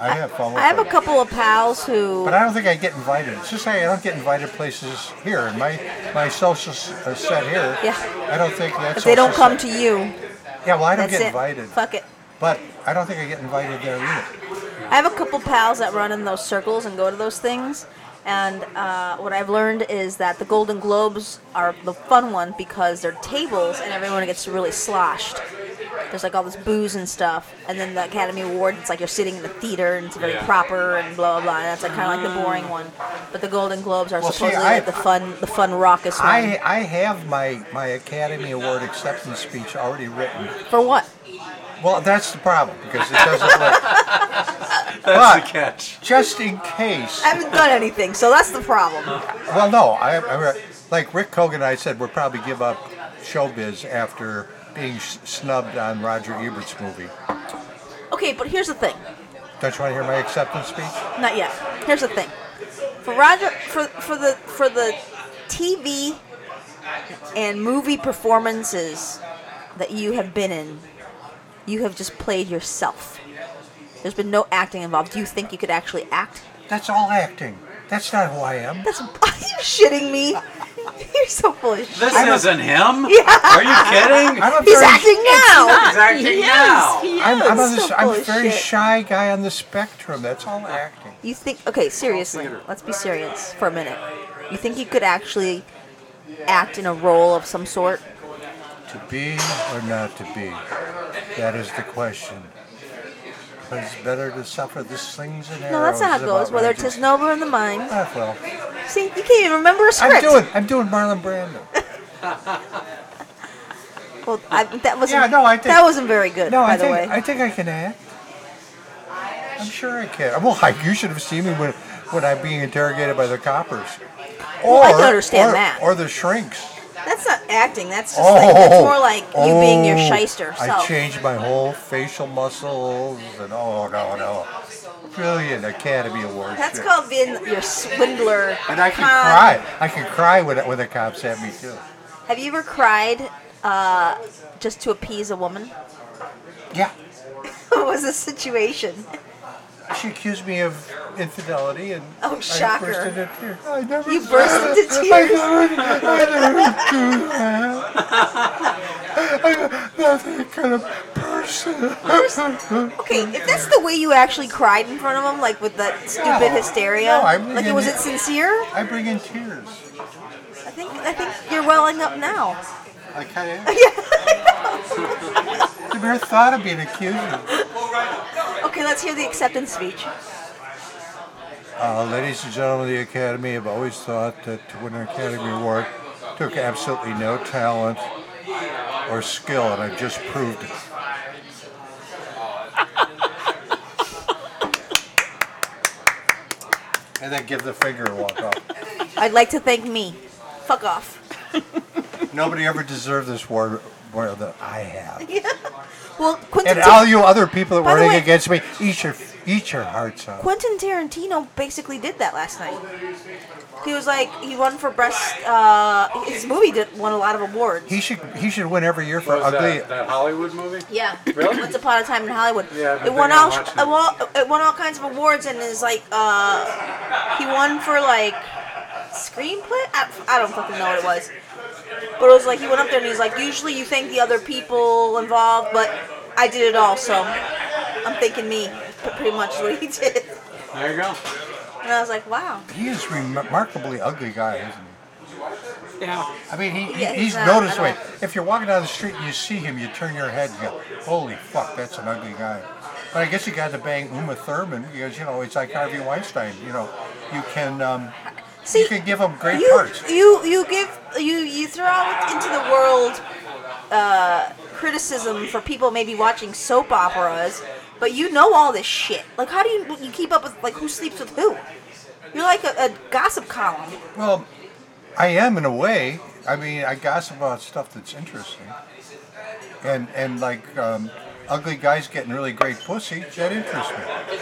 [SPEAKER 3] I have fun with
[SPEAKER 2] I have
[SPEAKER 3] it.
[SPEAKER 2] a couple of pals who.
[SPEAKER 3] But I don't think I get invited. It's just hey, I don't get invited places here. In my my social s- uh, set here.
[SPEAKER 2] Yeah.
[SPEAKER 3] I don't think that's.
[SPEAKER 2] If they don't come to you,
[SPEAKER 3] Yeah, well, I don't
[SPEAKER 2] that's
[SPEAKER 3] get
[SPEAKER 2] it.
[SPEAKER 3] invited.
[SPEAKER 2] Fuck it.
[SPEAKER 3] But I don't think I get invited there either.
[SPEAKER 2] I have a couple pals that run in those circles and go to those things. And uh, what I've learned is that the Golden Globes are the fun one because they're tables and everyone gets really sloshed. There's like all this booze and stuff. And then the Academy Awards, it's like you're sitting in the theater and it's very
[SPEAKER 4] Yeah.
[SPEAKER 2] proper and blah, blah, blah. And that's like kind of like the boring one. But the Golden Globes are
[SPEAKER 3] Well, see,
[SPEAKER 2] supposedly
[SPEAKER 3] I-
[SPEAKER 2] like the fun, the fun raucous one.
[SPEAKER 3] I I have my my Academy Award acceptance speech already written.
[SPEAKER 2] For what?
[SPEAKER 3] Well, that's the problem because it doesn't look.
[SPEAKER 4] <laughs> That's
[SPEAKER 3] But-
[SPEAKER 4] the catch.
[SPEAKER 3] Just in case.
[SPEAKER 2] I haven't done anything, so that's the problem.
[SPEAKER 3] Well, no, I, I re- like Rick Kogan. and I said we'll probably give up showbiz after being s- snubbed on Roger Ebert's movie.
[SPEAKER 2] Okay, but here's the thing.
[SPEAKER 3] Don't you want to hear my acceptance speech?
[SPEAKER 2] Not yet. Here's the thing. For Roger for for the for the TV and movie performances that you have been in, you have just played yourself. There's been no acting involved. Do you think you could actually act?
[SPEAKER 3] That's all acting. That's not who I am.
[SPEAKER 2] That's <laughs> are you shitting me? <laughs> You're so full of shit.
[SPEAKER 4] This isn't him. Are you kidding?
[SPEAKER 3] I'm a
[SPEAKER 2] He's
[SPEAKER 3] very,
[SPEAKER 2] acting now.
[SPEAKER 4] He's acting
[SPEAKER 5] He is,
[SPEAKER 4] now.
[SPEAKER 5] he
[SPEAKER 3] I'm, I'm, on
[SPEAKER 2] so
[SPEAKER 3] this, I'm
[SPEAKER 2] full
[SPEAKER 3] a
[SPEAKER 2] of
[SPEAKER 3] very
[SPEAKER 2] shit.
[SPEAKER 3] shy guy on the spectrum. That's all acting.
[SPEAKER 2] You think? Okay, seriously. Let's be serious for a minute. You think you could actually act in a role of some sort?
[SPEAKER 3] To be or not to be? That is the question. But it's better to suffer the slings and arrows.
[SPEAKER 2] No, that's not how it
[SPEAKER 3] of
[SPEAKER 2] goes. Whether it
[SPEAKER 3] outrageous-
[SPEAKER 2] is noble in the mind.
[SPEAKER 3] Ah, well,
[SPEAKER 2] See, you can't even remember a
[SPEAKER 3] I'm
[SPEAKER 2] script.
[SPEAKER 3] doing. I'm doing Marlon Brando.
[SPEAKER 2] Well, I, that wasn't.
[SPEAKER 3] Yeah, no, I think-
[SPEAKER 2] that wasn't very <laughs> good.
[SPEAKER 3] No,
[SPEAKER 2] by
[SPEAKER 3] I
[SPEAKER 2] the
[SPEAKER 3] think
[SPEAKER 2] way,
[SPEAKER 3] I think I can act. I'm sure I can. Well, I, you should have seen me when when I'm being interrogated by the coppers. Or,
[SPEAKER 2] I can understand
[SPEAKER 3] or-
[SPEAKER 2] that.
[SPEAKER 3] Or the shrinks.
[SPEAKER 2] that's not acting. That's just like that's more like you being your
[SPEAKER 3] oh,
[SPEAKER 2] shyster
[SPEAKER 3] I
[SPEAKER 2] self.
[SPEAKER 3] changed my whole facial muscles and oh no no, brilliant Academy Award.
[SPEAKER 2] That's
[SPEAKER 3] shit.
[SPEAKER 2] called uh, being your swindler.
[SPEAKER 3] And I can
[SPEAKER 2] con.
[SPEAKER 3] cry. I can cry when when the cops at me too.
[SPEAKER 2] Have you ever cried uh, just to appease a woman? <laughs>
[SPEAKER 3] Yeah,
[SPEAKER 2] what was the
[SPEAKER 3] <laughs>
[SPEAKER 2] situation?
[SPEAKER 3] she accused me of infidelity and
[SPEAKER 2] Oh, shocker.
[SPEAKER 3] I burst into tears. I never
[SPEAKER 2] You burst
[SPEAKER 3] said
[SPEAKER 2] into
[SPEAKER 3] it.
[SPEAKER 2] tears.
[SPEAKER 3] I never, I never do that. I, nothing could have burst Oops.
[SPEAKER 2] Okay, if that's the way you actually cried in front of him, like with that stupid
[SPEAKER 3] Yeah.
[SPEAKER 2] hysteria,
[SPEAKER 3] No, I'm
[SPEAKER 2] like it
[SPEAKER 3] in
[SPEAKER 2] was
[SPEAKER 3] it.
[SPEAKER 2] it sincere?
[SPEAKER 3] I bring in tears.
[SPEAKER 2] I think I think you're welling up now.
[SPEAKER 3] I
[SPEAKER 2] <laughs>
[SPEAKER 3] kind of. the mere thought of being accused. Of,
[SPEAKER 2] Okay, let's hear the acceptance speech.
[SPEAKER 3] uh, ladies and gentlemen of the Academy, I've always thought that to win an Academy Award took absolutely no talent or skill, and I've just proved
[SPEAKER 2] <laughs>
[SPEAKER 3] it. and then give the finger and walk off.
[SPEAKER 2] I'd like to thank me. Fuck off.
[SPEAKER 3] Nobody ever deserved this award more than I have.
[SPEAKER 2] Well, Quentin,
[SPEAKER 3] And
[SPEAKER 2] Tar-
[SPEAKER 3] all you other people that
[SPEAKER 2] By
[SPEAKER 3] were
[SPEAKER 2] the
[SPEAKER 3] running
[SPEAKER 2] way-
[SPEAKER 3] against me, eat your eat your hearts out.
[SPEAKER 2] Quentin Tarantino basically did that last night. He was like, he won for best. Uh, his movie did won a lot of awards.
[SPEAKER 3] He should he should win every year for
[SPEAKER 4] What was
[SPEAKER 3] ugly.
[SPEAKER 4] that, that Hollywood movie?
[SPEAKER 2] Yeah.
[SPEAKER 4] Really?
[SPEAKER 2] Once Upon a Time in Hollywood.
[SPEAKER 4] Yeah, I've been
[SPEAKER 2] it won
[SPEAKER 4] thinking
[SPEAKER 2] all.
[SPEAKER 4] of watching
[SPEAKER 2] It won, it won all kinds of awards and is like. uh He won for like screenplay. I, I don't fucking know what it was. But it was like he went up there and he's like, usually you thank the other people involved, but I did it all, so I'm thanking me. Pretty much what he <laughs> did.
[SPEAKER 4] There you go.
[SPEAKER 2] And I was like, wow.
[SPEAKER 3] He is remarkably ugly guy, isn't he?
[SPEAKER 5] Yeah.
[SPEAKER 3] I mean, he, he-
[SPEAKER 2] Yeah, he's
[SPEAKER 3] he's
[SPEAKER 2] not-
[SPEAKER 3] noticed
[SPEAKER 2] I
[SPEAKER 3] way.
[SPEAKER 2] don't-
[SPEAKER 3] If you're walking down the street and you see him, you turn your head and go, "Holy fuck, that's an ugly guy." But I guess he got to bang Uma Thurman because you know it's like Harvey Weinstein. You know, you can um,
[SPEAKER 2] See,
[SPEAKER 3] you can give him great
[SPEAKER 2] you,
[SPEAKER 3] parts.
[SPEAKER 2] You you give you you throw out into the world uh, criticism for people maybe watching soap operas, but you know all this shit. Like, how do you you keep up with like who sleeps with who? You're like a, a gossip column.
[SPEAKER 3] Well, I am in a way. I mean, I gossip about stuff that's interesting, and and like um, ugly guys getting really great pussy that interests me. Did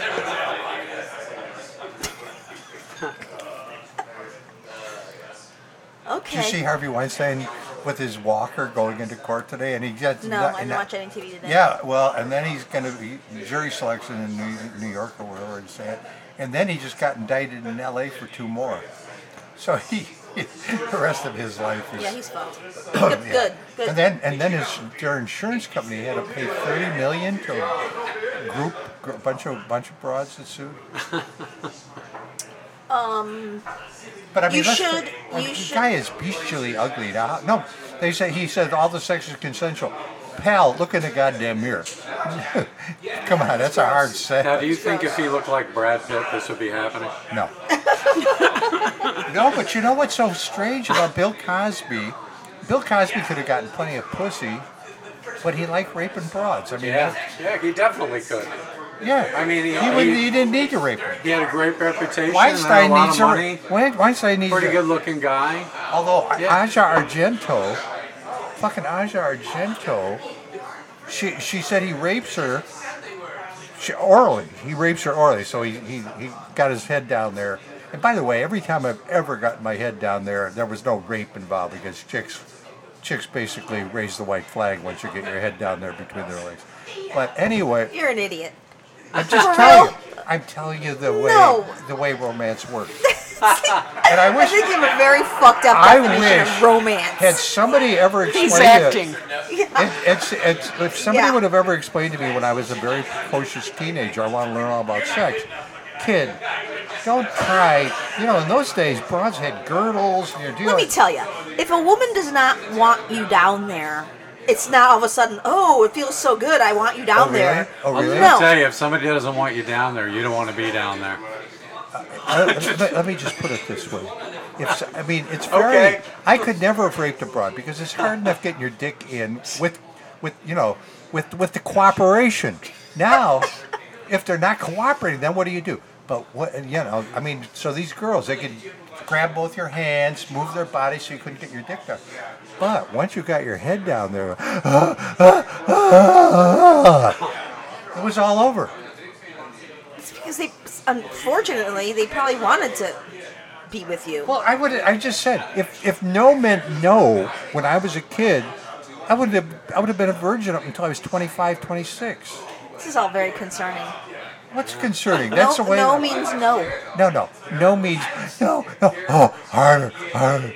[SPEAKER 2] Okay.
[SPEAKER 3] you see Harvey Weinstein with his walker going into court today? And he gets
[SPEAKER 2] no,
[SPEAKER 3] that-
[SPEAKER 2] I
[SPEAKER 3] and
[SPEAKER 2] didn't
[SPEAKER 3] that-
[SPEAKER 2] watch any TV today.
[SPEAKER 3] Yeah, well, and then he's going to be jury selection in New, New York or wherever it's at. And then he just got indicted in L.A. for two more. So he, <laughs> the rest of his life is
[SPEAKER 2] Yeah, he's
[SPEAKER 3] <coughs>
[SPEAKER 2] fucked. good,
[SPEAKER 3] yeah.
[SPEAKER 2] good, good.
[SPEAKER 3] And then and then his their insurance company had to pay thirty million to a group gr- bunch of bunch of broads
[SPEAKER 2] <laughs>
[SPEAKER 3] that sued. um. But I mean,
[SPEAKER 2] Um, you
[SPEAKER 3] let's-
[SPEAKER 2] should-
[SPEAKER 3] I mean,
[SPEAKER 2] you
[SPEAKER 3] the
[SPEAKER 2] should-
[SPEAKER 3] guy is bestially ugly. Now, no, they say he said all the sex is consensual. Pal, look in the goddamn mirror. <laughs> Come on, that's a hard
[SPEAKER 4] Now,
[SPEAKER 3] set.
[SPEAKER 4] do you think if he looked like Brad Pitt, this would be happening?
[SPEAKER 3] No. <laughs> no, but you know what's so strange about Bill Cosby? Bill Cosby could have gotten plenty of pussy, but he liked raping broads. I mean,
[SPEAKER 4] Yeah, yeah, he definitely could.
[SPEAKER 3] yeah.
[SPEAKER 4] I mean, he-
[SPEAKER 3] he, wouldn't-
[SPEAKER 4] he-
[SPEAKER 3] he didn't need to rape her.
[SPEAKER 4] He had a great reputation,
[SPEAKER 3] Weinstein
[SPEAKER 4] and a lot
[SPEAKER 3] needs
[SPEAKER 4] of
[SPEAKER 3] a
[SPEAKER 4] money,
[SPEAKER 3] Wein- Weinstein needs
[SPEAKER 4] pretty
[SPEAKER 3] a-
[SPEAKER 4] good-looking guy.
[SPEAKER 3] Although
[SPEAKER 4] Yeah.
[SPEAKER 3] Aja Argento, fucking Aja Argento, she she said he rapes her she, orally. He rapes her orally, so he, he he got his head down there. And by the way, every time I've ever gotten my head down there, there was no rape involved because chicks chicks basically raise the white flag once you get your head down there between their legs. But anyway,
[SPEAKER 2] You're an idiot.
[SPEAKER 3] I'm just telling you. I'm telling you the way
[SPEAKER 2] No.
[SPEAKER 3] the way romance works. <laughs> and I
[SPEAKER 2] I
[SPEAKER 3] wish
[SPEAKER 2] think you have a very fucked up
[SPEAKER 3] I
[SPEAKER 2] definition
[SPEAKER 3] wish-
[SPEAKER 2] of romance. <laughs>
[SPEAKER 3] had somebody ever explained
[SPEAKER 5] He's
[SPEAKER 3] it-
[SPEAKER 5] acting.
[SPEAKER 3] It, it's, it's, if somebody
[SPEAKER 2] Yeah.
[SPEAKER 3] would have ever explained to me when I was a very precocious teenager, I want to learn all about sex. Kid, don't try. You know, in those days, broads had girdles. And you're
[SPEAKER 2] Let me
[SPEAKER 3] dealing.
[SPEAKER 2] tell you, if a woman does not want you down there, it's not all of a sudden, oh, it feels so good, I want you down
[SPEAKER 3] Oh, really?
[SPEAKER 2] there.
[SPEAKER 3] Oh, really?
[SPEAKER 4] I'll
[SPEAKER 2] No.
[SPEAKER 4] tell you, if somebody doesn't want you down there, you don't want to be down there.
[SPEAKER 3] Uh, let, let- let me just put it this way. If, s- I mean, it's very.
[SPEAKER 4] Okay.
[SPEAKER 3] I could never have raped a broad because it's hard enough getting your dick in with, with you know, with with the cooperation. Now, if they're not cooperating, then what do you do? But what you know, I mean, so these girls they could grab both your hands, move their body, so you couldn't get your dick down. But once you got your head down there, <gasps> it was all over.
[SPEAKER 2] It's because they, unfortunately, they probably wanted to be with you.
[SPEAKER 3] Well, I would. I just said if if no meant no when I was a kid, I would have I would have been a virgin up until I was 25, 26.
[SPEAKER 2] This is all very concerning.
[SPEAKER 3] What's concerning? That's
[SPEAKER 2] no,
[SPEAKER 3] the way.
[SPEAKER 2] no means no.
[SPEAKER 3] no, no, no means no, no. Oh, harder, harder,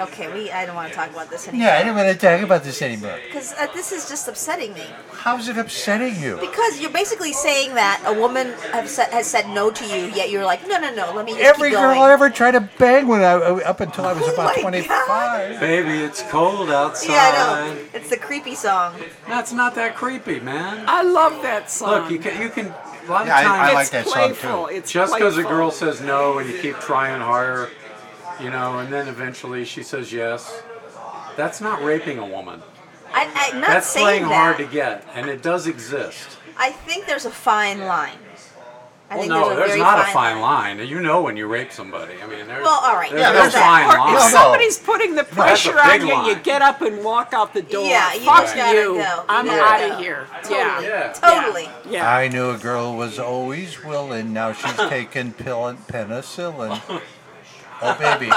[SPEAKER 2] Okay, we. I don't want to talk about this anymore.
[SPEAKER 3] Yeah, I don't want to talk about this anymore.
[SPEAKER 2] Because uh, this is just upsetting me.
[SPEAKER 3] How's it upsetting you?
[SPEAKER 2] Because you're basically saying that a woman have said, has said no to you, yet you're like, no, no, no, let me just
[SPEAKER 3] Every
[SPEAKER 2] keep
[SPEAKER 3] girl
[SPEAKER 2] going.
[SPEAKER 3] I ever tried to bang when I uh, up until I was
[SPEAKER 2] Oh
[SPEAKER 3] about
[SPEAKER 2] my
[SPEAKER 3] 25.
[SPEAKER 4] Baby, it's cold outside.
[SPEAKER 2] Yeah, I know. It's the creepy song.
[SPEAKER 4] That's not that creepy, man.
[SPEAKER 5] I love that song.
[SPEAKER 4] Look, you can, you can. A lot of
[SPEAKER 3] Yeah, I-
[SPEAKER 4] times,
[SPEAKER 3] I
[SPEAKER 5] it's
[SPEAKER 3] like that song, too.
[SPEAKER 5] playful. It's
[SPEAKER 4] just because a
[SPEAKER 5] playful.
[SPEAKER 4] girl says no and you keep trying harder, you know, and then eventually she says yes. That's not raping a woman.
[SPEAKER 2] I, I'm not
[SPEAKER 4] That's
[SPEAKER 2] saying
[SPEAKER 4] playing
[SPEAKER 2] that.
[SPEAKER 4] hard to get, and it does exist.
[SPEAKER 2] I think there's a fine line. I
[SPEAKER 4] Well,
[SPEAKER 2] think
[SPEAKER 4] no,
[SPEAKER 2] there's, a
[SPEAKER 4] there's
[SPEAKER 2] very
[SPEAKER 4] not
[SPEAKER 2] fine
[SPEAKER 4] a fine line. You know when you rape somebody. I mean, there's,
[SPEAKER 2] Well, all right,
[SPEAKER 4] there's
[SPEAKER 2] yeah,
[SPEAKER 4] no
[SPEAKER 2] there's that.
[SPEAKER 4] fine
[SPEAKER 2] Or-
[SPEAKER 4] line.
[SPEAKER 2] <laughs>
[SPEAKER 5] If
[SPEAKER 3] No, no.
[SPEAKER 5] somebody's putting the
[SPEAKER 4] that's a
[SPEAKER 5] pressure on
[SPEAKER 4] big
[SPEAKER 5] you, you
[SPEAKER 4] line.
[SPEAKER 5] get up and walk out the door.
[SPEAKER 2] Yeah, you
[SPEAKER 5] Fuck
[SPEAKER 2] just gotta
[SPEAKER 5] you.
[SPEAKER 2] go.
[SPEAKER 5] I'm
[SPEAKER 2] You
[SPEAKER 5] out
[SPEAKER 2] gotta
[SPEAKER 5] of
[SPEAKER 2] go.
[SPEAKER 5] here.
[SPEAKER 2] Totally.
[SPEAKER 4] Yeah.
[SPEAKER 2] Totally.
[SPEAKER 5] Yeah. yeah.
[SPEAKER 3] I knew a girl was always willing.
[SPEAKER 2] <laughs>
[SPEAKER 3] Now she's taking pill- penicillin. Oh, baby.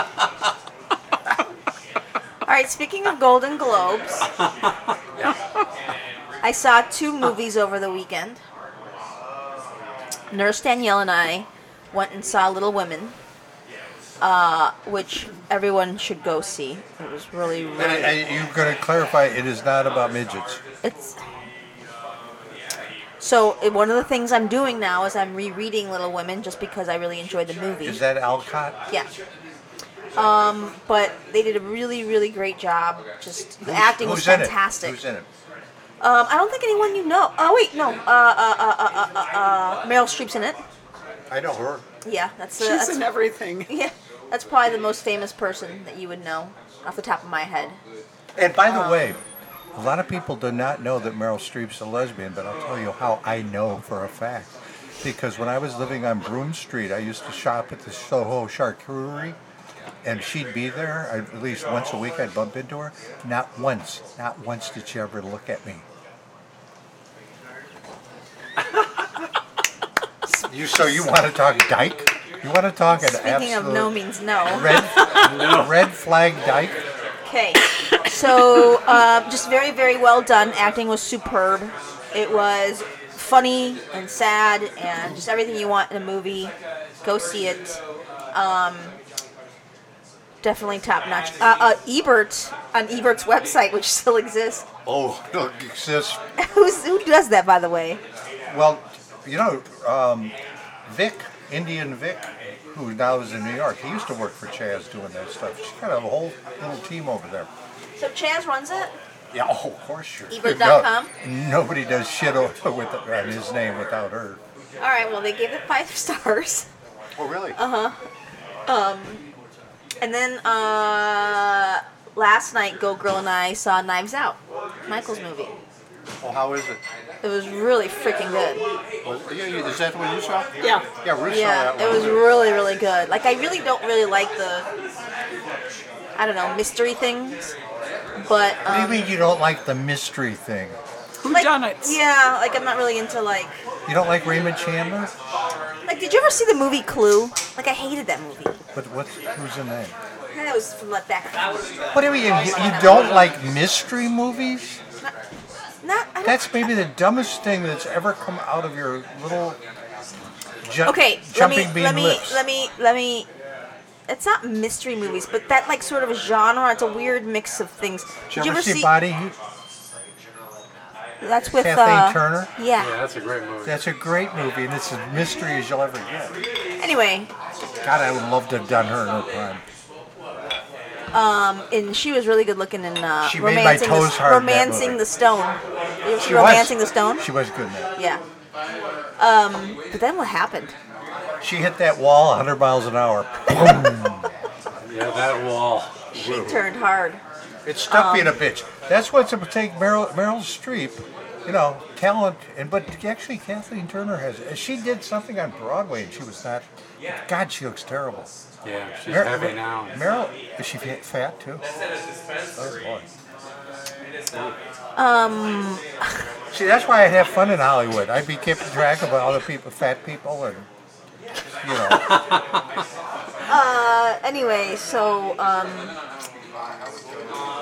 [SPEAKER 2] All right, speaking of Golden
[SPEAKER 4] <laughs>
[SPEAKER 2] Globes, I saw two movies over the weekend. Nurse Danielle and I went and saw Little Women, uh, which everyone should go see. It was really,
[SPEAKER 3] And,
[SPEAKER 2] really.
[SPEAKER 3] and you're going to clarify it is not about midgets.
[SPEAKER 2] It's so it- one of the things I'm doing now is I'm rereading Little Women just because I really enjoyed the movie.
[SPEAKER 3] Is that Alcott?
[SPEAKER 2] Yeah. Um, but they did a really, really great job. Just the acting was
[SPEAKER 3] Who's in it?
[SPEAKER 2] fantastic.
[SPEAKER 3] Who's in it?
[SPEAKER 2] Um, I don't think anyone you know. Oh wait, no. Uh, uh, uh, uh, uh, uh, uh, Meryl Streep's in it.
[SPEAKER 6] I know her.
[SPEAKER 2] Yeah, that's. Uh,
[SPEAKER 5] She's
[SPEAKER 2] that's
[SPEAKER 5] in everything.
[SPEAKER 2] <laughs> yeah, that's probably the most famous person that you would know off the top of my head.
[SPEAKER 3] And by the way, a lot of people do not know that Meryl Streep's a lesbian, but I'll tell you how I know for a fact. Because when I was living on Broome Street, I used to shop at the Soho Charcuterie, and she'd be there I- at least once a week. I'd bump into her. Not once, not once did she ever look at me. <laughs> You so you want to talk dyke? You want to talk an
[SPEAKER 2] Speaking
[SPEAKER 3] absolute
[SPEAKER 2] of no means no.
[SPEAKER 3] <laughs> red red flag dyke?
[SPEAKER 2] Okay, so uh, just very, very well done. Acting was superb. It was funny and sad and just everything you want in a movie. Go see it. Um, definitely top notch. Uh, uh, Ebert on Ebert's website, which still exists. <laughs>
[SPEAKER 3] Oh, <laughs> no, exists
[SPEAKER 2] Who's, who does that, by the way?
[SPEAKER 3] Well, you know, um, Vic, Indian Vic, who now is in New York, he used to work for Chaz doing that stuff. She's got a whole little team over there.
[SPEAKER 2] So Chaz runs it.
[SPEAKER 3] Yeah, oh, of course, sure.
[SPEAKER 2] Ebert.com?
[SPEAKER 3] No, nobody does shit over <laughs> with on his name without her.
[SPEAKER 2] All right. Well, they gave it five <laughs> stars.
[SPEAKER 6] Oh, really?
[SPEAKER 2] And then uh, last night, Go Girl and I saw Knives Out, Michael's movie.
[SPEAKER 6] Oh, how is it?
[SPEAKER 2] It was really freaking good.
[SPEAKER 6] Was, yeah, yeah, is that the one you saw?
[SPEAKER 5] Yeah.
[SPEAKER 6] Yeah, Ruth saw
[SPEAKER 2] Yeah,
[SPEAKER 6] that
[SPEAKER 2] it
[SPEAKER 6] one.
[SPEAKER 2] was really, really good. Like, I really don't really like the, I don't know, mystery things. But,
[SPEAKER 3] What
[SPEAKER 2] um,
[SPEAKER 3] do you mean you don't like the mystery thing?
[SPEAKER 5] Who
[SPEAKER 2] like,
[SPEAKER 5] done it?
[SPEAKER 2] Yeah, like, I'm not really into, like,
[SPEAKER 3] You don't like Raymond Chandler?
[SPEAKER 2] like, did you ever see the movie Clue? Like, I hated that movie.
[SPEAKER 3] But what's who's in that?
[SPEAKER 2] That was from like, back.
[SPEAKER 3] What do you mean you, you don't like mystery movies?
[SPEAKER 2] Not, I don't,
[SPEAKER 3] That's maybe the dumbest thing that's ever come out of your little ju-
[SPEAKER 2] okay, let
[SPEAKER 3] jumping
[SPEAKER 2] me,
[SPEAKER 3] bean
[SPEAKER 2] let me,
[SPEAKER 3] lips.
[SPEAKER 2] let me, let me, it's not mystery movies, but that, like, sort of genre, it's a weird mix of things.
[SPEAKER 3] Did you ever see Body Heat?
[SPEAKER 2] That's with,
[SPEAKER 3] Kathleen
[SPEAKER 2] uh,
[SPEAKER 3] Turner?
[SPEAKER 4] Yeah,
[SPEAKER 2] Yeah.
[SPEAKER 4] that's a great movie.
[SPEAKER 3] That's a great movie, and it's as mystery as you'll ever get.
[SPEAKER 2] Anyway,
[SPEAKER 3] God, I would love to have done her in her prime.
[SPEAKER 2] and she was really good looking in uh,
[SPEAKER 3] She made my
[SPEAKER 2] romancing,
[SPEAKER 3] toes
[SPEAKER 2] the,
[SPEAKER 3] hard in that
[SPEAKER 2] romancing
[SPEAKER 3] movie.
[SPEAKER 2] the stone. You ever see
[SPEAKER 3] She
[SPEAKER 2] romancing
[SPEAKER 3] was,
[SPEAKER 2] the stone.
[SPEAKER 3] She was good in that.
[SPEAKER 2] yeah. Um, but then what happened?
[SPEAKER 3] She hit that wall 100 miles an hour. Boom.
[SPEAKER 4] Yeah, that wall.
[SPEAKER 2] She turned hard.
[SPEAKER 3] It's stuck
[SPEAKER 2] Um,
[SPEAKER 3] being a bitch. That's what's going to take Meryl, Meryl Streep, you know, talent. And But actually, Kathleen Turner has. She did something on Broadway, and she was not. God, she looks terrible.
[SPEAKER 4] Yeah, she's
[SPEAKER 3] Mer-
[SPEAKER 4] heavy now.
[SPEAKER 3] Meryl, is she fa- fat too? Oh, boy.
[SPEAKER 2] Um,
[SPEAKER 3] <laughs> See, that's why I have fun in Hollywood. I'd be keeping track of all the people, fat people, and you
[SPEAKER 6] <laughs>
[SPEAKER 3] know.
[SPEAKER 2] Uh, anyway, so um,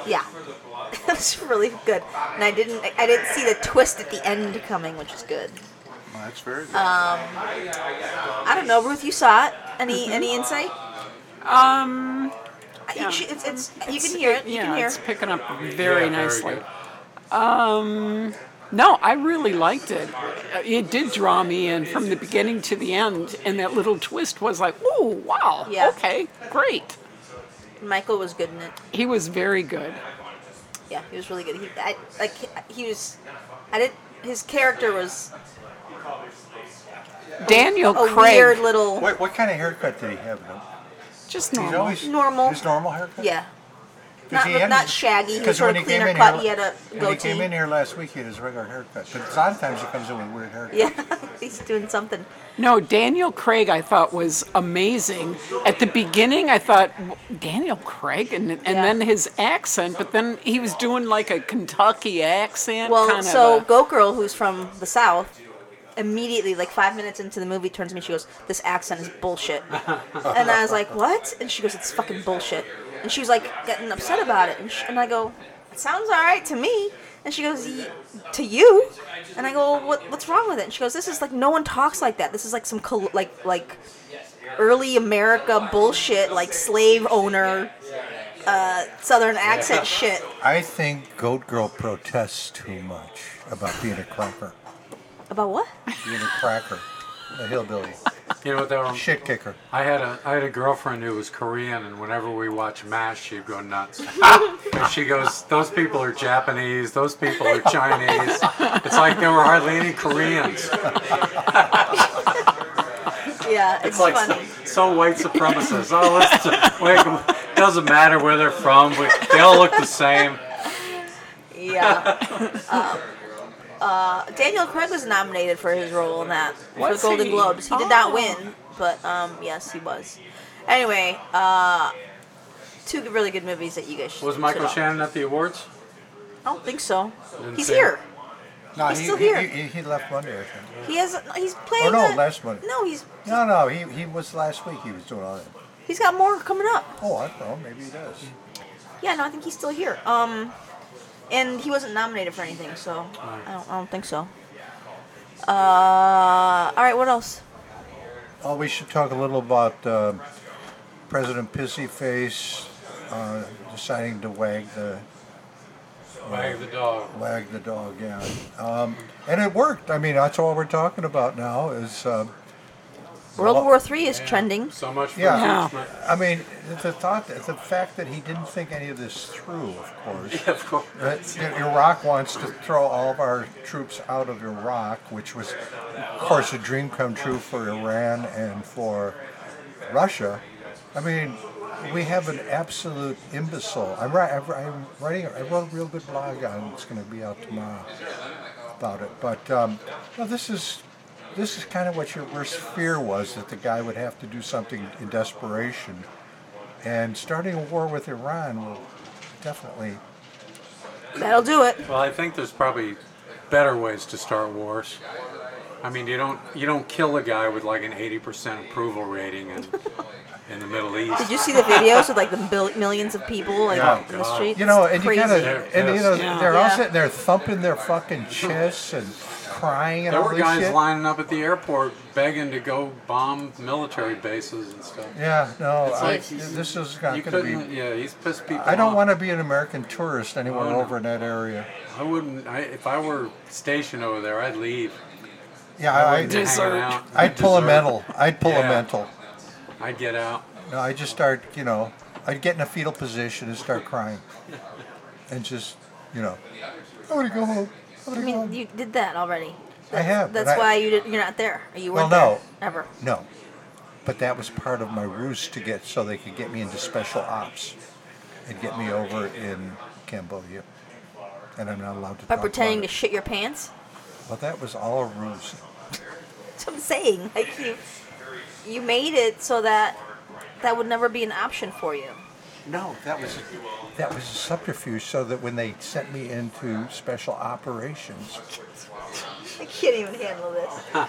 [SPEAKER 2] yeah, <laughs> it was really good. And I didn't, I- I didn't see the twist at the end coming, which is good.
[SPEAKER 6] Oh, that's very
[SPEAKER 3] Uh,
[SPEAKER 6] good.
[SPEAKER 2] I don't know, Ruth, you saw it. Any any insight?
[SPEAKER 5] Mm-hmm. Um,
[SPEAKER 2] I-
[SPEAKER 5] Yeah.
[SPEAKER 2] She- it's, it's, you can hear it. You
[SPEAKER 5] yeah,
[SPEAKER 2] can hear.
[SPEAKER 5] it's picking up very
[SPEAKER 4] Yeah,
[SPEAKER 5] nicely. Um,
[SPEAKER 4] good.
[SPEAKER 5] No, I really liked it. Uh, It did draw me in from the beginning to the end, and that little twist was like, "Ooh, wow!
[SPEAKER 2] Yeah.
[SPEAKER 5] Okay, great."
[SPEAKER 2] Michael was good in it.
[SPEAKER 5] He was very good.
[SPEAKER 2] Yeah, he was really good. He, I, like, he was. I did. His character was
[SPEAKER 5] Daniel
[SPEAKER 2] a
[SPEAKER 5] Craig,
[SPEAKER 2] weird little.
[SPEAKER 3] What, what kind of haircut did he have? though?
[SPEAKER 5] just
[SPEAKER 3] He's
[SPEAKER 5] normal.
[SPEAKER 3] always
[SPEAKER 2] Normal.
[SPEAKER 3] His normal haircut.
[SPEAKER 2] Yeah.
[SPEAKER 3] Does
[SPEAKER 2] Not,
[SPEAKER 3] he
[SPEAKER 2] look-
[SPEAKER 3] have-
[SPEAKER 2] not shaggy. He was
[SPEAKER 3] 'cause
[SPEAKER 2] sort
[SPEAKER 3] when
[SPEAKER 2] of
[SPEAKER 3] he came
[SPEAKER 2] cleaner
[SPEAKER 3] in
[SPEAKER 2] cut.
[SPEAKER 3] here-
[SPEAKER 2] He had a
[SPEAKER 3] When he came in
[SPEAKER 2] goatee.
[SPEAKER 3] here last week, he had his regular haircut. But sometimes he comes in with a weird haircut.
[SPEAKER 2] Yeah, <laughs> he's doing something.
[SPEAKER 5] No, Daniel Craig I thought was amazing. At the beginning I thought "W- Daniel Craig and and
[SPEAKER 2] Yeah.
[SPEAKER 5] then his accent, but then he was doing like a Kentucky accent
[SPEAKER 2] Well,
[SPEAKER 5] kind
[SPEAKER 2] so
[SPEAKER 5] of. a-
[SPEAKER 2] Go Girl, who's from the South, immediately, like five minutes into the movie, turns to me. She goes, "This accent is
[SPEAKER 5] <laughs>
[SPEAKER 2] bullshit," and I was like, "What?" And she goes, "It's fucking bullshit." And she was like getting upset about it, and, sh and I go, "It sounds all right to me." And she goes, "Y- "To you?" And I go, well, "What? What's wrong with it?" And she goes, "This is like no one talks like that. This is like some col- like like." Early America bullshit, like slave owner, uh, southern accent shit.
[SPEAKER 3] I think Goat Girl protests too much about being a cracker.
[SPEAKER 2] About what? <laughs>
[SPEAKER 3] Being a cracker. A hillbilly.
[SPEAKER 4] You know what that rem-
[SPEAKER 3] Shit kicker.
[SPEAKER 4] I had a I had a girlfriend who was Korean, and whenever we watch MASH, she'd go nuts. and she goes, "Those people are Japanese. Those people are Chinese. It's like there were hardly any Koreans.
[SPEAKER 2] Yeah, it's,
[SPEAKER 4] It's like so,
[SPEAKER 2] funny.
[SPEAKER 4] so white supremacists. Oh, let's, wait, doesn't matter where they're from. We, they all look the same.
[SPEAKER 2] Yeah. um, uh, Daniel Craig was nominated for his role in that
[SPEAKER 5] Was
[SPEAKER 2] for Golden
[SPEAKER 5] he?
[SPEAKER 2] Globes. He did not
[SPEAKER 5] Oh.
[SPEAKER 2] win, but um, yes, he was. Anyway, uh, two really good movies that you guys should.
[SPEAKER 4] Was Michael
[SPEAKER 2] should all-
[SPEAKER 4] Shannon at the awards?
[SPEAKER 2] I don't think so.
[SPEAKER 4] Didn't
[SPEAKER 2] He's
[SPEAKER 4] say.
[SPEAKER 2] here.
[SPEAKER 3] No,
[SPEAKER 2] He's
[SPEAKER 3] he,
[SPEAKER 2] still
[SPEAKER 3] he-
[SPEAKER 2] here.
[SPEAKER 3] He, he left Monday, I think.
[SPEAKER 2] He has. He's playing.
[SPEAKER 3] no,
[SPEAKER 2] the-
[SPEAKER 3] last Monday.
[SPEAKER 2] No, he's
[SPEAKER 3] No, no, he, he was last week. He was doing all that.
[SPEAKER 2] he's got more coming up.
[SPEAKER 3] Oh, I don't know. Maybe he does.
[SPEAKER 2] Yeah, no, I think he's still here. Um, and he wasn't nominated for anything, so I don't, I don't think so. Uh, all right, what else?
[SPEAKER 3] Oh, we should talk a little about uh, President Pissy Face uh, deciding to wag the
[SPEAKER 4] Wag the dog.
[SPEAKER 3] wag the dog. Yeah, um, and it worked. I mean, that's all we're talking about now. Is uh,
[SPEAKER 2] World
[SPEAKER 3] Well-
[SPEAKER 2] War Three is trending.
[SPEAKER 4] So much for
[SPEAKER 3] Yeah.
[SPEAKER 5] Yeah.
[SPEAKER 4] impeachment.
[SPEAKER 3] I mean, the thought, the fact that he didn't think any of this through, of course.
[SPEAKER 4] Of course.
[SPEAKER 3] That Iraq wants to throw all of our troops out of Iraq, which was, of course, a dream come true for Iran and for Russia. I mean, we have an absolute imbecile. I'm, ri- I'm, I'm writing. I wrote a real good blog on. it. It's going to be out tomorrow about it. But um, well, this is this is kind of what your worst fear was that the guy would have to do something in desperation, and starting a war with Iran will definitely
[SPEAKER 2] That'll do it.
[SPEAKER 4] Well, I think there's probably better ways to start wars. I mean, you don't you don't kill a guy with like an 80% approval
[SPEAKER 3] <laughs>
[SPEAKER 4] rating in, in the Middle
[SPEAKER 2] Did
[SPEAKER 4] East.
[SPEAKER 2] you see the videos of like the bil- millions of people like
[SPEAKER 3] Yeah.
[SPEAKER 2] out in the streets?
[SPEAKER 3] You know, and you
[SPEAKER 2] Crazy.
[SPEAKER 3] gotta, and you know,
[SPEAKER 5] Yeah.
[SPEAKER 3] they're all
[SPEAKER 2] Yeah.
[SPEAKER 3] sitting there thumping their fucking chests and crying and
[SPEAKER 4] There
[SPEAKER 3] all
[SPEAKER 4] were
[SPEAKER 3] this
[SPEAKER 4] guys
[SPEAKER 3] shit.
[SPEAKER 4] lining up at the airport begging to go bomb military bases and stuff.
[SPEAKER 3] Yeah, no, I,
[SPEAKER 4] It's like-
[SPEAKER 3] this is not
[SPEAKER 4] You
[SPEAKER 3] going to
[SPEAKER 4] couldn't.
[SPEAKER 3] be.
[SPEAKER 4] Yeah, he's pissed people.
[SPEAKER 3] I don't
[SPEAKER 4] off.
[SPEAKER 3] want to be an American tourist anywhere
[SPEAKER 4] Oh, no.
[SPEAKER 3] over in that area.
[SPEAKER 4] I wouldn't. I, if I were stationed over there, I'd leave.
[SPEAKER 3] Yeah, I,
[SPEAKER 4] wouldn't be
[SPEAKER 3] I'd,
[SPEAKER 5] Dis-
[SPEAKER 4] hanging
[SPEAKER 5] Dessert.
[SPEAKER 4] out.
[SPEAKER 3] I'd pull a
[SPEAKER 4] Dessert.
[SPEAKER 3] mental. I'd pull a
[SPEAKER 4] Yeah.
[SPEAKER 3] mental.
[SPEAKER 4] I'd get out.
[SPEAKER 3] No, Uh, I just start, you know, I'd get in a fetal position and start crying, and just, you know, I want to go home. I
[SPEAKER 2] I
[SPEAKER 3] want to go
[SPEAKER 2] mean,
[SPEAKER 3] home.
[SPEAKER 2] you did that already.
[SPEAKER 3] I have, but
[SPEAKER 2] That's
[SPEAKER 3] I-
[SPEAKER 2] why you did, you're not there. You
[SPEAKER 3] Well,
[SPEAKER 2] weren't
[SPEAKER 3] no.
[SPEAKER 2] there ever.
[SPEAKER 3] No, but that was part of my ruse to get so they could get me into special ops and get me over in Cambodia, and I'm not allowed to.
[SPEAKER 2] By
[SPEAKER 3] talk
[SPEAKER 2] pretending to
[SPEAKER 3] about it.
[SPEAKER 2] shit your pants. <laughs>
[SPEAKER 3] well, that was all a ruse.
[SPEAKER 2] That's what I'm saying. Like you, you made it so that that would never be an option for you.
[SPEAKER 3] No, that was that was a subterfuge so that when they sent me into special operations,
[SPEAKER 2] I can't even handle this.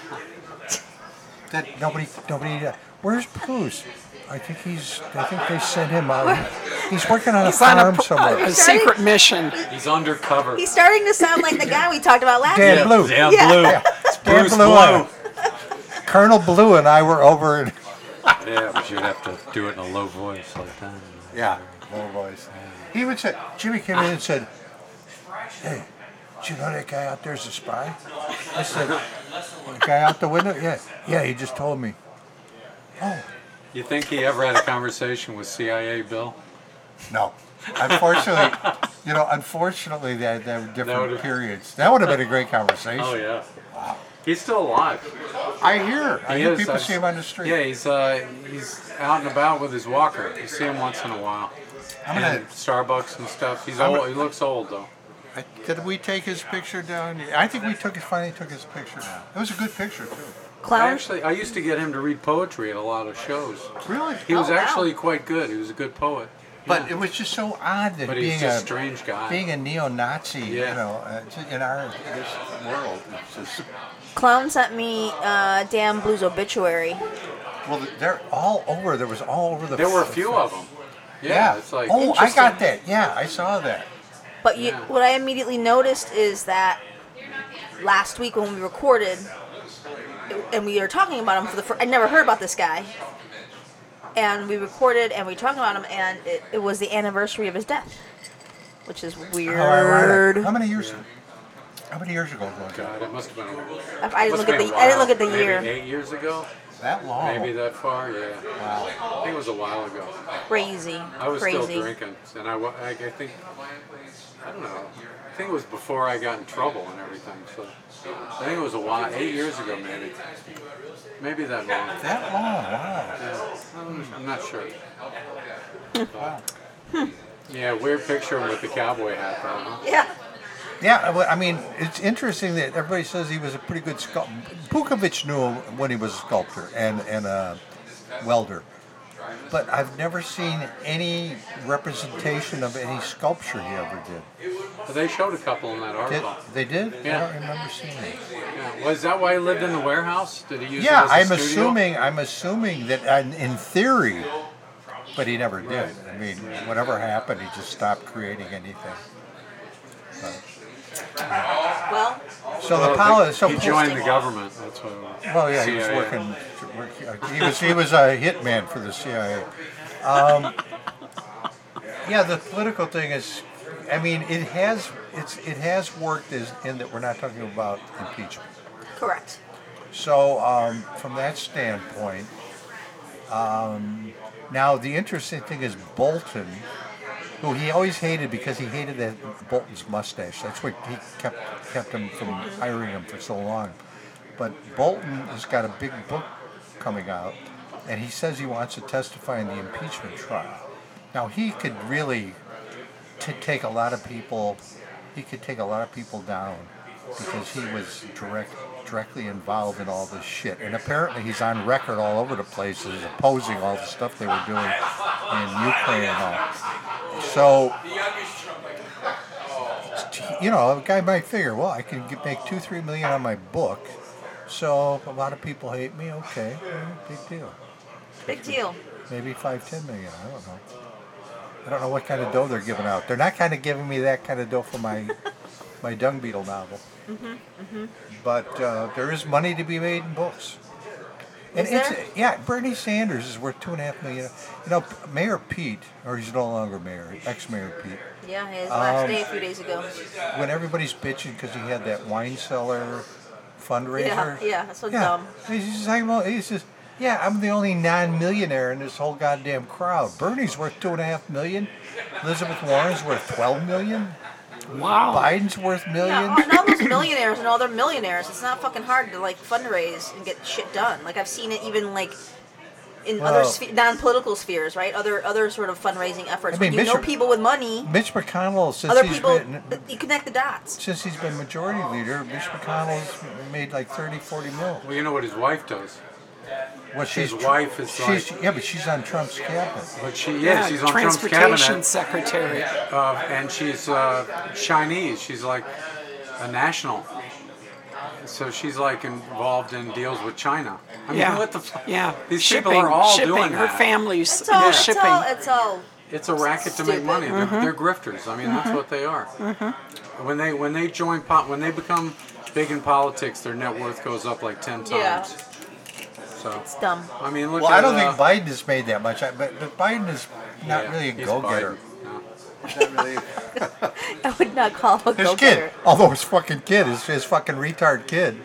[SPEAKER 3] that nobody nobody. Uh, where's Poos? I think he's. I think they sent him out. He's working on
[SPEAKER 5] He's
[SPEAKER 3] a
[SPEAKER 5] on
[SPEAKER 3] farm
[SPEAKER 5] a, pro-
[SPEAKER 3] somewhere.
[SPEAKER 5] a secret mission.
[SPEAKER 4] He's undercover.
[SPEAKER 2] He's starting to sound like the guy we taltalked about last
[SPEAKER 3] Dan
[SPEAKER 2] week.
[SPEAKER 3] Blue.
[SPEAKER 4] Dan
[SPEAKER 2] Yeah.
[SPEAKER 4] Blue.
[SPEAKER 3] Yeah,
[SPEAKER 4] It's
[SPEAKER 3] Dan
[SPEAKER 4] Bruce
[SPEAKER 3] Blue.
[SPEAKER 4] Blue.
[SPEAKER 3] Colonel Blue and I were over in.
[SPEAKER 4] Yeah, but you'd have to do it in a low voice like that.
[SPEAKER 3] Yeah. low voice. He even said, Jimmy came in and said, "Hey, do you know that guy out there's a spy?" I said, "The guy out the window? Yeah, yeah. He just told me." Oh
[SPEAKER 4] You think he ever had a conversation with CIA Bill?
[SPEAKER 3] no, unfortunately, you know, unfortunately, they they were different
[SPEAKER 4] would've-
[SPEAKER 3] periods. That would have been a great conversation.
[SPEAKER 4] Oh yeah. He's still alive.
[SPEAKER 3] I hear, I
[SPEAKER 4] He
[SPEAKER 3] hear
[SPEAKER 4] is.
[SPEAKER 3] people
[SPEAKER 4] I've-
[SPEAKER 3] see him on the street.
[SPEAKER 4] Yeah, he's uh, he's out and about with his walker. You see him once in a while.
[SPEAKER 3] I'm gonna-
[SPEAKER 4] And Starbucks and stuff. He's
[SPEAKER 3] I'm
[SPEAKER 4] old.
[SPEAKER 3] gonna-
[SPEAKER 4] he looks old though.
[SPEAKER 3] I, did we take his picture down? I think we took his, finally took his picture down. It was a good picture too.
[SPEAKER 4] I
[SPEAKER 2] Clown?
[SPEAKER 4] actually, I used to get him to read poetry at a lot of shows.
[SPEAKER 3] Really?
[SPEAKER 4] He was
[SPEAKER 2] Oh, wow.
[SPEAKER 4] actually quite good. He was a good poet.
[SPEAKER 3] But it was just so odd that
[SPEAKER 4] But
[SPEAKER 3] being
[SPEAKER 4] he's just a
[SPEAKER 3] a
[SPEAKER 4] strange guy.
[SPEAKER 3] being a neo-Nazi, you
[SPEAKER 4] Yeah.
[SPEAKER 3] know, uh, ju- in our this world, it's just
[SPEAKER 2] Clown sent me uh, Dan Blue's obituary.
[SPEAKER 3] well, they're all over. There was all over the.
[SPEAKER 4] there were a few of them. Yeah, it's like
[SPEAKER 3] oh, I got
[SPEAKER 4] interesting.
[SPEAKER 3] that. Yeah, I saw that.
[SPEAKER 2] But you,
[SPEAKER 4] Yeah.
[SPEAKER 2] what I immediately noticed is that last week when we recorded, and we were talking about him for the first, I never heard about this guy, and we recorded and we talked about him, and it, it was the anniversary of his death, which is
[SPEAKER 3] How ironic.
[SPEAKER 2] weird.
[SPEAKER 3] How many years? How many years ago was that?
[SPEAKER 4] God, it must have been. a-
[SPEAKER 2] I, I didn't
[SPEAKER 4] must
[SPEAKER 2] look at
[SPEAKER 4] have been
[SPEAKER 2] the
[SPEAKER 4] a
[SPEAKER 2] I didn't look
[SPEAKER 4] while.
[SPEAKER 2] at the
[SPEAKER 4] Maybe
[SPEAKER 2] year.
[SPEAKER 4] Eight years ago,
[SPEAKER 3] That long?
[SPEAKER 4] maybe that far. Yeah,
[SPEAKER 3] Oh. Wow.
[SPEAKER 4] I think it was a while ago.
[SPEAKER 2] Crazy,
[SPEAKER 4] I was still
[SPEAKER 2] crazy.
[SPEAKER 4] drinking, and I, wa- I, I think I don't know. I think it was before I got in trouble and everything. So I think it was a while, eight years ago, maybe, maybe that long.
[SPEAKER 3] That long? Wow.
[SPEAKER 4] I'm- I'm not sure. Yeah, weird picture with the cowboy hat. though, huh?
[SPEAKER 2] Yeah,
[SPEAKER 3] Yeah, well, I mean, it's interesting that everybody says he was a pretty good sculptor. Bukovich knew him when he was a sculptor and, and a welder. But I've never seen any representation of any sculpture he ever did.
[SPEAKER 4] But They showed a couple in that
[SPEAKER 3] did
[SPEAKER 4] article.
[SPEAKER 3] they did? I
[SPEAKER 4] Yeah.
[SPEAKER 3] don't remember seeing it.
[SPEAKER 4] Yeah. Was that why he lived in the warehouse? Did he use it
[SPEAKER 3] Yeah,
[SPEAKER 4] as a
[SPEAKER 3] I'm
[SPEAKER 4] studio?
[SPEAKER 3] assuming. I'm assuming that uh, in theory, but he never did. I mean, whatever happened, he just stopped creating anything.
[SPEAKER 2] well,
[SPEAKER 3] So
[SPEAKER 4] Well,
[SPEAKER 3] the
[SPEAKER 4] he-
[SPEAKER 3] palace. So
[SPEAKER 4] he joined the government. That's what. it was.
[SPEAKER 3] Well, yeah, he was
[SPEAKER 4] CIA.
[SPEAKER 3] working. work- uh, He was he was a hitman for the CIA. Um, yeah, the political thing is, I mean, it has it's it has worked is in that we're not talking about impeachment.
[SPEAKER 2] correct.
[SPEAKER 3] So um, from that standpoint, um, now the interesting thing is Bolton, who he always hated because he hated that Bolton's mustache. That's what he kept kept him from hiring him for so long. But Bolton has got a big book coming out, and he says he wants to testify in the impeachment trial. Now he could really to take a lot of people. He could take a lot of people down because he was direct, directly involved in all this shit. And apparently, he's on record all over the place as opposing all the stuff they were doing in Ukraine and all. So, you know, a guy might figure, well, I can get, make two, three million on my book. So a lot of people hate me. Okay, well, big deal.
[SPEAKER 2] Big deal.
[SPEAKER 3] Maybe five, ten million. I don't know. I don't know what kind of dough they're giving out. They're not kind of giving me that kind of dough
[SPEAKER 2] <laughs>
[SPEAKER 3] for my my dung beetle novel.
[SPEAKER 2] Mm-hmm,
[SPEAKER 3] But uh, there is money to be made in books. And
[SPEAKER 2] Is
[SPEAKER 3] it's
[SPEAKER 2] there?
[SPEAKER 3] yeah, Bernie Sanders is worth two and a half million. You know, Mayor Pete, or he's no longer mayor, ex-mayor Pete
[SPEAKER 2] Yeah, his last
[SPEAKER 4] Um,
[SPEAKER 2] day a few days ago.
[SPEAKER 3] when everybody's bitching because he had that wine cellar
[SPEAKER 2] Yeah,
[SPEAKER 3] fundraiser.
[SPEAKER 2] yeah, that's so
[SPEAKER 3] yeah.
[SPEAKER 2] dumb.
[SPEAKER 3] He's just talking about, he says, yeah, I'm the only non-millionaire in this whole goddamn crowd. Bernie's worth two and a half million. Elizabeth Warren's worth twelve million.
[SPEAKER 5] Wow.
[SPEAKER 3] Biden's worth million.
[SPEAKER 2] Yeah, all- and all those millionaires and all their millionaires, it's not fucking hard to like fundraise and get shit done. Like I've seen it even like in other
[SPEAKER 3] Well-
[SPEAKER 2] sphe- non-political spheres, right? Other other sort of fundraising efforts.
[SPEAKER 3] I mean,
[SPEAKER 2] when you know
[SPEAKER 3] Mr.
[SPEAKER 2] people with money,
[SPEAKER 3] Mitch McConnell, since
[SPEAKER 2] other
[SPEAKER 3] he's
[SPEAKER 2] people uh,
[SPEAKER 3] been
[SPEAKER 2] you connect the dots.
[SPEAKER 3] since he's been majority leader, Mitch McConnell's made like 30, 40 mil.
[SPEAKER 4] Well, you know what his wife does.
[SPEAKER 3] Well, she's
[SPEAKER 4] His wife is
[SPEAKER 3] she's, yeah, but she's on Trump's cabinet.
[SPEAKER 4] But she yeah, she's on Trump's
[SPEAKER 5] Transportation
[SPEAKER 4] cabinet, <laughs>
[SPEAKER 5] secretary.
[SPEAKER 4] uh, and she's uh, Chinese. She's like a national, so she's like involved in deals with China. I mean,
[SPEAKER 5] Yeah.
[SPEAKER 4] what the? Fuck?
[SPEAKER 5] Yeah.
[SPEAKER 4] These
[SPEAKER 5] shipping,
[SPEAKER 4] people are all
[SPEAKER 5] shipping.
[SPEAKER 4] doing
[SPEAKER 5] Her
[SPEAKER 4] that.
[SPEAKER 5] family's
[SPEAKER 2] It's all,
[SPEAKER 5] yeah.
[SPEAKER 2] it's
[SPEAKER 5] shipping.
[SPEAKER 2] all, it's all.
[SPEAKER 4] It's a racket to
[SPEAKER 2] Stupid.
[SPEAKER 4] make money. They're,
[SPEAKER 5] Mm-hmm.
[SPEAKER 4] they're grifters. I mean, that's what they are. When they when they join pot when they become big in politics, their net worth goes up like ten times.
[SPEAKER 2] Yeah.
[SPEAKER 4] So
[SPEAKER 2] It's dumb.
[SPEAKER 4] I mean, look
[SPEAKER 3] Well,
[SPEAKER 4] at
[SPEAKER 3] I don't
[SPEAKER 4] uh,
[SPEAKER 3] think Biden has made that much, I- but, but Biden is not
[SPEAKER 4] Yeah,
[SPEAKER 3] really a
[SPEAKER 4] he's
[SPEAKER 3] go-getter.
[SPEAKER 4] Biden. No.
[SPEAKER 3] He's not really-
[SPEAKER 2] I would not call him a
[SPEAKER 3] his
[SPEAKER 2] go
[SPEAKER 3] kid,
[SPEAKER 2] getter.
[SPEAKER 3] although his fucking kid is his fucking retard kid.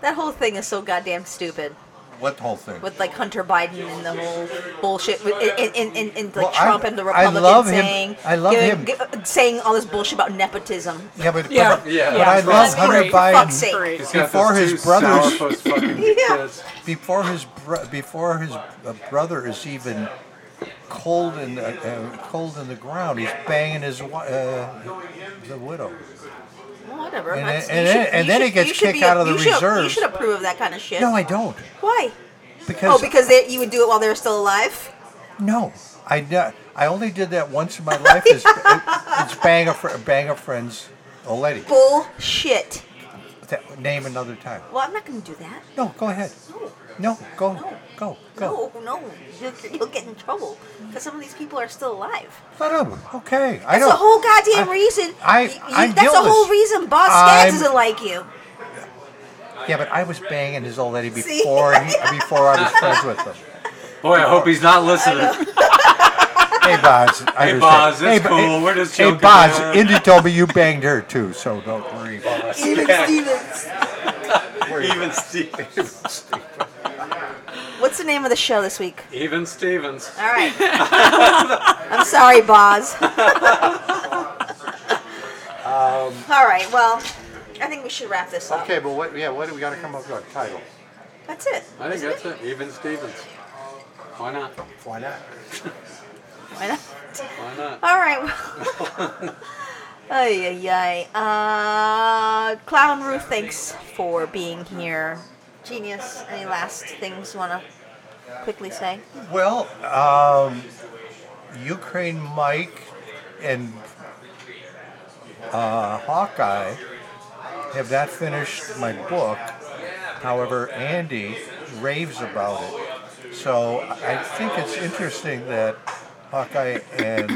[SPEAKER 2] That whole thing is so goddamn stupid.
[SPEAKER 3] What whole thing?
[SPEAKER 2] With like Hunter Biden and the whole bullshit, with, and, and, and, and like
[SPEAKER 3] Well, I-
[SPEAKER 2] Trump and the
[SPEAKER 3] I
[SPEAKER 2] Republicans
[SPEAKER 3] love him.
[SPEAKER 2] saying,
[SPEAKER 3] I love him.
[SPEAKER 2] gi- saying all this bullshit about nepotism.
[SPEAKER 3] Yeah, but
[SPEAKER 5] Yeah.
[SPEAKER 3] but,
[SPEAKER 4] <laughs> Yeah.
[SPEAKER 3] but I
[SPEAKER 5] Yeah.
[SPEAKER 3] love
[SPEAKER 5] That's
[SPEAKER 3] Hunter
[SPEAKER 5] great.
[SPEAKER 2] For fuck's
[SPEAKER 3] Biden
[SPEAKER 2] sake.
[SPEAKER 5] Great.
[SPEAKER 4] He's got
[SPEAKER 3] Before
[SPEAKER 4] those
[SPEAKER 3] his
[SPEAKER 4] two
[SPEAKER 3] brothers-
[SPEAKER 4] sourpuss
[SPEAKER 2] <laughs>
[SPEAKER 4] fucking kids.
[SPEAKER 3] before his bro- before his uh, brother is even cold in the, uh, cold in the ground. He's banging his wi- uh, the widow.
[SPEAKER 2] Well, whatever.
[SPEAKER 3] And
[SPEAKER 2] that's-
[SPEAKER 3] then-
[SPEAKER 2] you
[SPEAKER 3] and
[SPEAKER 2] should-
[SPEAKER 3] then- and
[SPEAKER 2] you
[SPEAKER 3] then
[SPEAKER 2] should-
[SPEAKER 3] he gets
[SPEAKER 2] you should
[SPEAKER 3] kicked
[SPEAKER 2] be-
[SPEAKER 3] out of the
[SPEAKER 2] you should- You
[SPEAKER 3] reserves.
[SPEAKER 2] should approve of that kind of shit.
[SPEAKER 3] No, I don't
[SPEAKER 2] Why?
[SPEAKER 3] because
[SPEAKER 2] Oh, because they, you would do it while they were still alive?
[SPEAKER 3] no, I ne- I only did that once in my life. Is it's <laughs> bang a fr- bang a friend's old lady.
[SPEAKER 2] Bullshit.
[SPEAKER 3] That, name another time.
[SPEAKER 2] Well, I'm not going to do that.
[SPEAKER 3] No, go ahead. No, go go go.
[SPEAKER 2] No, no. You'll, you'll get in trouble because some of these people are still alive.
[SPEAKER 3] Let him. Okay,
[SPEAKER 2] That's
[SPEAKER 3] I don't.
[SPEAKER 2] the whole goddamn
[SPEAKER 3] I-
[SPEAKER 2] reason.
[SPEAKER 3] I-
[SPEAKER 2] you- you-
[SPEAKER 3] I'm
[SPEAKER 2] that's the whole
[SPEAKER 3] guiltless.
[SPEAKER 2] reason Boss Skaggs
[SPEAKER 3] I'm-
[SPEAKER 2] doesn't like you.
[SPEAKER 3] Yeah, but I was banging his old lady
[SPEAKER 2] <laughs> See?
[SPEAKER 3] before he, before I was friends with him.
[SPEAKER 4] Boy, I hope he's not listening.
[SPEAKER 3] Hey, Boz. I
[SPEAKER 4] Hey,
[SPEAKER 3] understand.
[SPEAKER 4] Boz, it's
[SPEAKER 3] Bo-
[SPEAKER 4] cool. We're just
[SPEAKER 3] Hey,
[SPEAKER 4] joking
[SPEAKER 3] Boz,
[SPEAKER 4] around.
[SPEAKER 3] Indy told me you banged her too, so don't worry. About
[SPEAKER 2] Even
[SPEAKER 4] Yeah.
[SPEAKER 2] Stevens.
[SPEAKER 4] Even Stevens.
[SPEAKER 2] What's the name of the show this week?
[SPEAKER 4] Even Stevens.
[SPEAKER 2] All right. <laughs> I'm sorry, <laughs> Boz.
[SPEAKER 3] Um,
[SPEAKER 2] All right. Well, I think we should wrap this up.
[SPEAKER 6] Okay, but what? Yeah, what do we got to come up with a title?
[SPEAKER 2] That's it.
[SPEAKER 4] I think
[SPEAKER 2] isn't
[SPEAKER 4] that's it. Even Stevens. Why not?
[SPEAKER 6] Why not?
[SPEAKER 2] Why not?
[SPEAKER 4] Why not?
[SPEAKER 2] All right. Well.
[SPEAKER 4] <laughs>
[SPEAKER 2] ay, ay, ay. Uh, Clown Roof, thanks for being here. Genius, any last things you want to quickly say? <laughs>
[SPEAKER 3] it. Well, um, Ukraine Mike and uh, Hawkeye have not finished my book. However, Andy raves about it. So I think it's interesting that Hawkeye and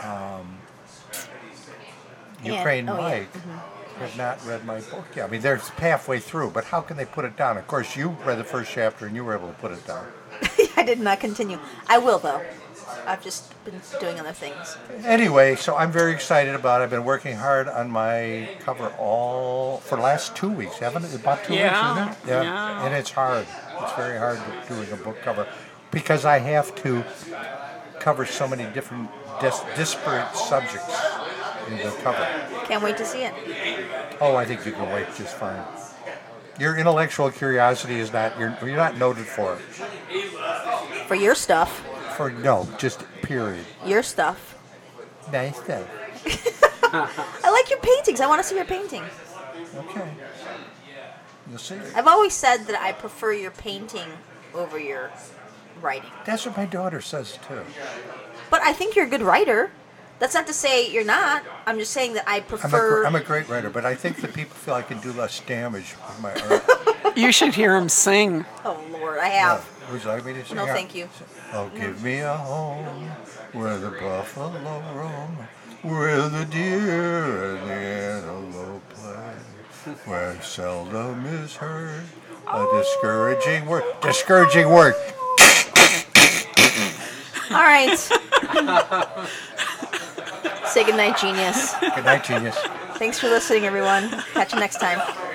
[SPEAKER 3] um,
[SPEAKER 2] Yeah.
[SPEAKER 3] Ukraine
[SPEAKER 2] Oh, yeah.
[SPEAKER 3] Mike have not read my book yet. I mean, they're halfway through, but how can they put it down? Of course, you read the first chapter and you were able to put it down.
[SPEAKER 2] I did not continue. I will, though. I've just been doing other things.
[SPEAKER 3] Anyway, so I'm very excited about it. I've been working hard on my cover all for the last two weeks, haven't it? About two
[SPEAKER 5] Yeah,
[SPEAKER 3] weeks, isn't it? Yeah.
[SPEAKER 5] yeah.
[SPEAKER 3] And it's hard. It's very hard doing a book cover because I have to cover so many different dis- disparate subjects in the cover.
[SPEAKER 2] Can't wait to see it.
[SPEAKER 3] Oh, I think you can wait just fine. Your intellectual curiosity is not you're, you're not noted for it.
[SPEAKER 2] For your stuff.
[SPEAKER 3] For no, just period.
[SPEAKER 2] Your stuff.
[SPEAKER 3] Nice day.
[SPEAKER 2] I like your paintings. I want to see your painting.
[SPEAKER 3] Okay. You'll see it.
[SPEAKER 2] I've always said that I prefer your painting over your writing.
[SPEAKER 3] That's what my daughter says too.
[SPEAKER 2] But I think you're a good writer. That's not to say you're not. I'm just saying that I
[SPEAKER 3] I'm a,
[SPEAKER 2] prefer.
[SPEAKER 3] gr- I'm a great writer, but I think that people feel I can do less damage with my art.
[SPEAKER 2] <laughs>
[SPEAKER 5] You should hear him sing.
[SPEAKER 2] oh Lord, I have.
[SPEAKER 3] Would you like me to sing
[SPEAKER 2] No,
[SPEAKER 3] out?
[SPEAKER 2] thank you.
[SPEAKER 3] Oh, give me a home where the buffalo roam, where the deer and the antelope play, where seldom is heard a
[SPEAKER 2] Oh.
[SPEAKER 3] discouraging word. Discouraging word.
[SPEAKER 2] All right.
[SPEAKER 3] <laughs>
[SPEAKER 2] Say goodnight, genius.
[SPEAKER 3] Good night, genius.
[SPEAKER 2] Thanks for listening, everyone. Catch you next time.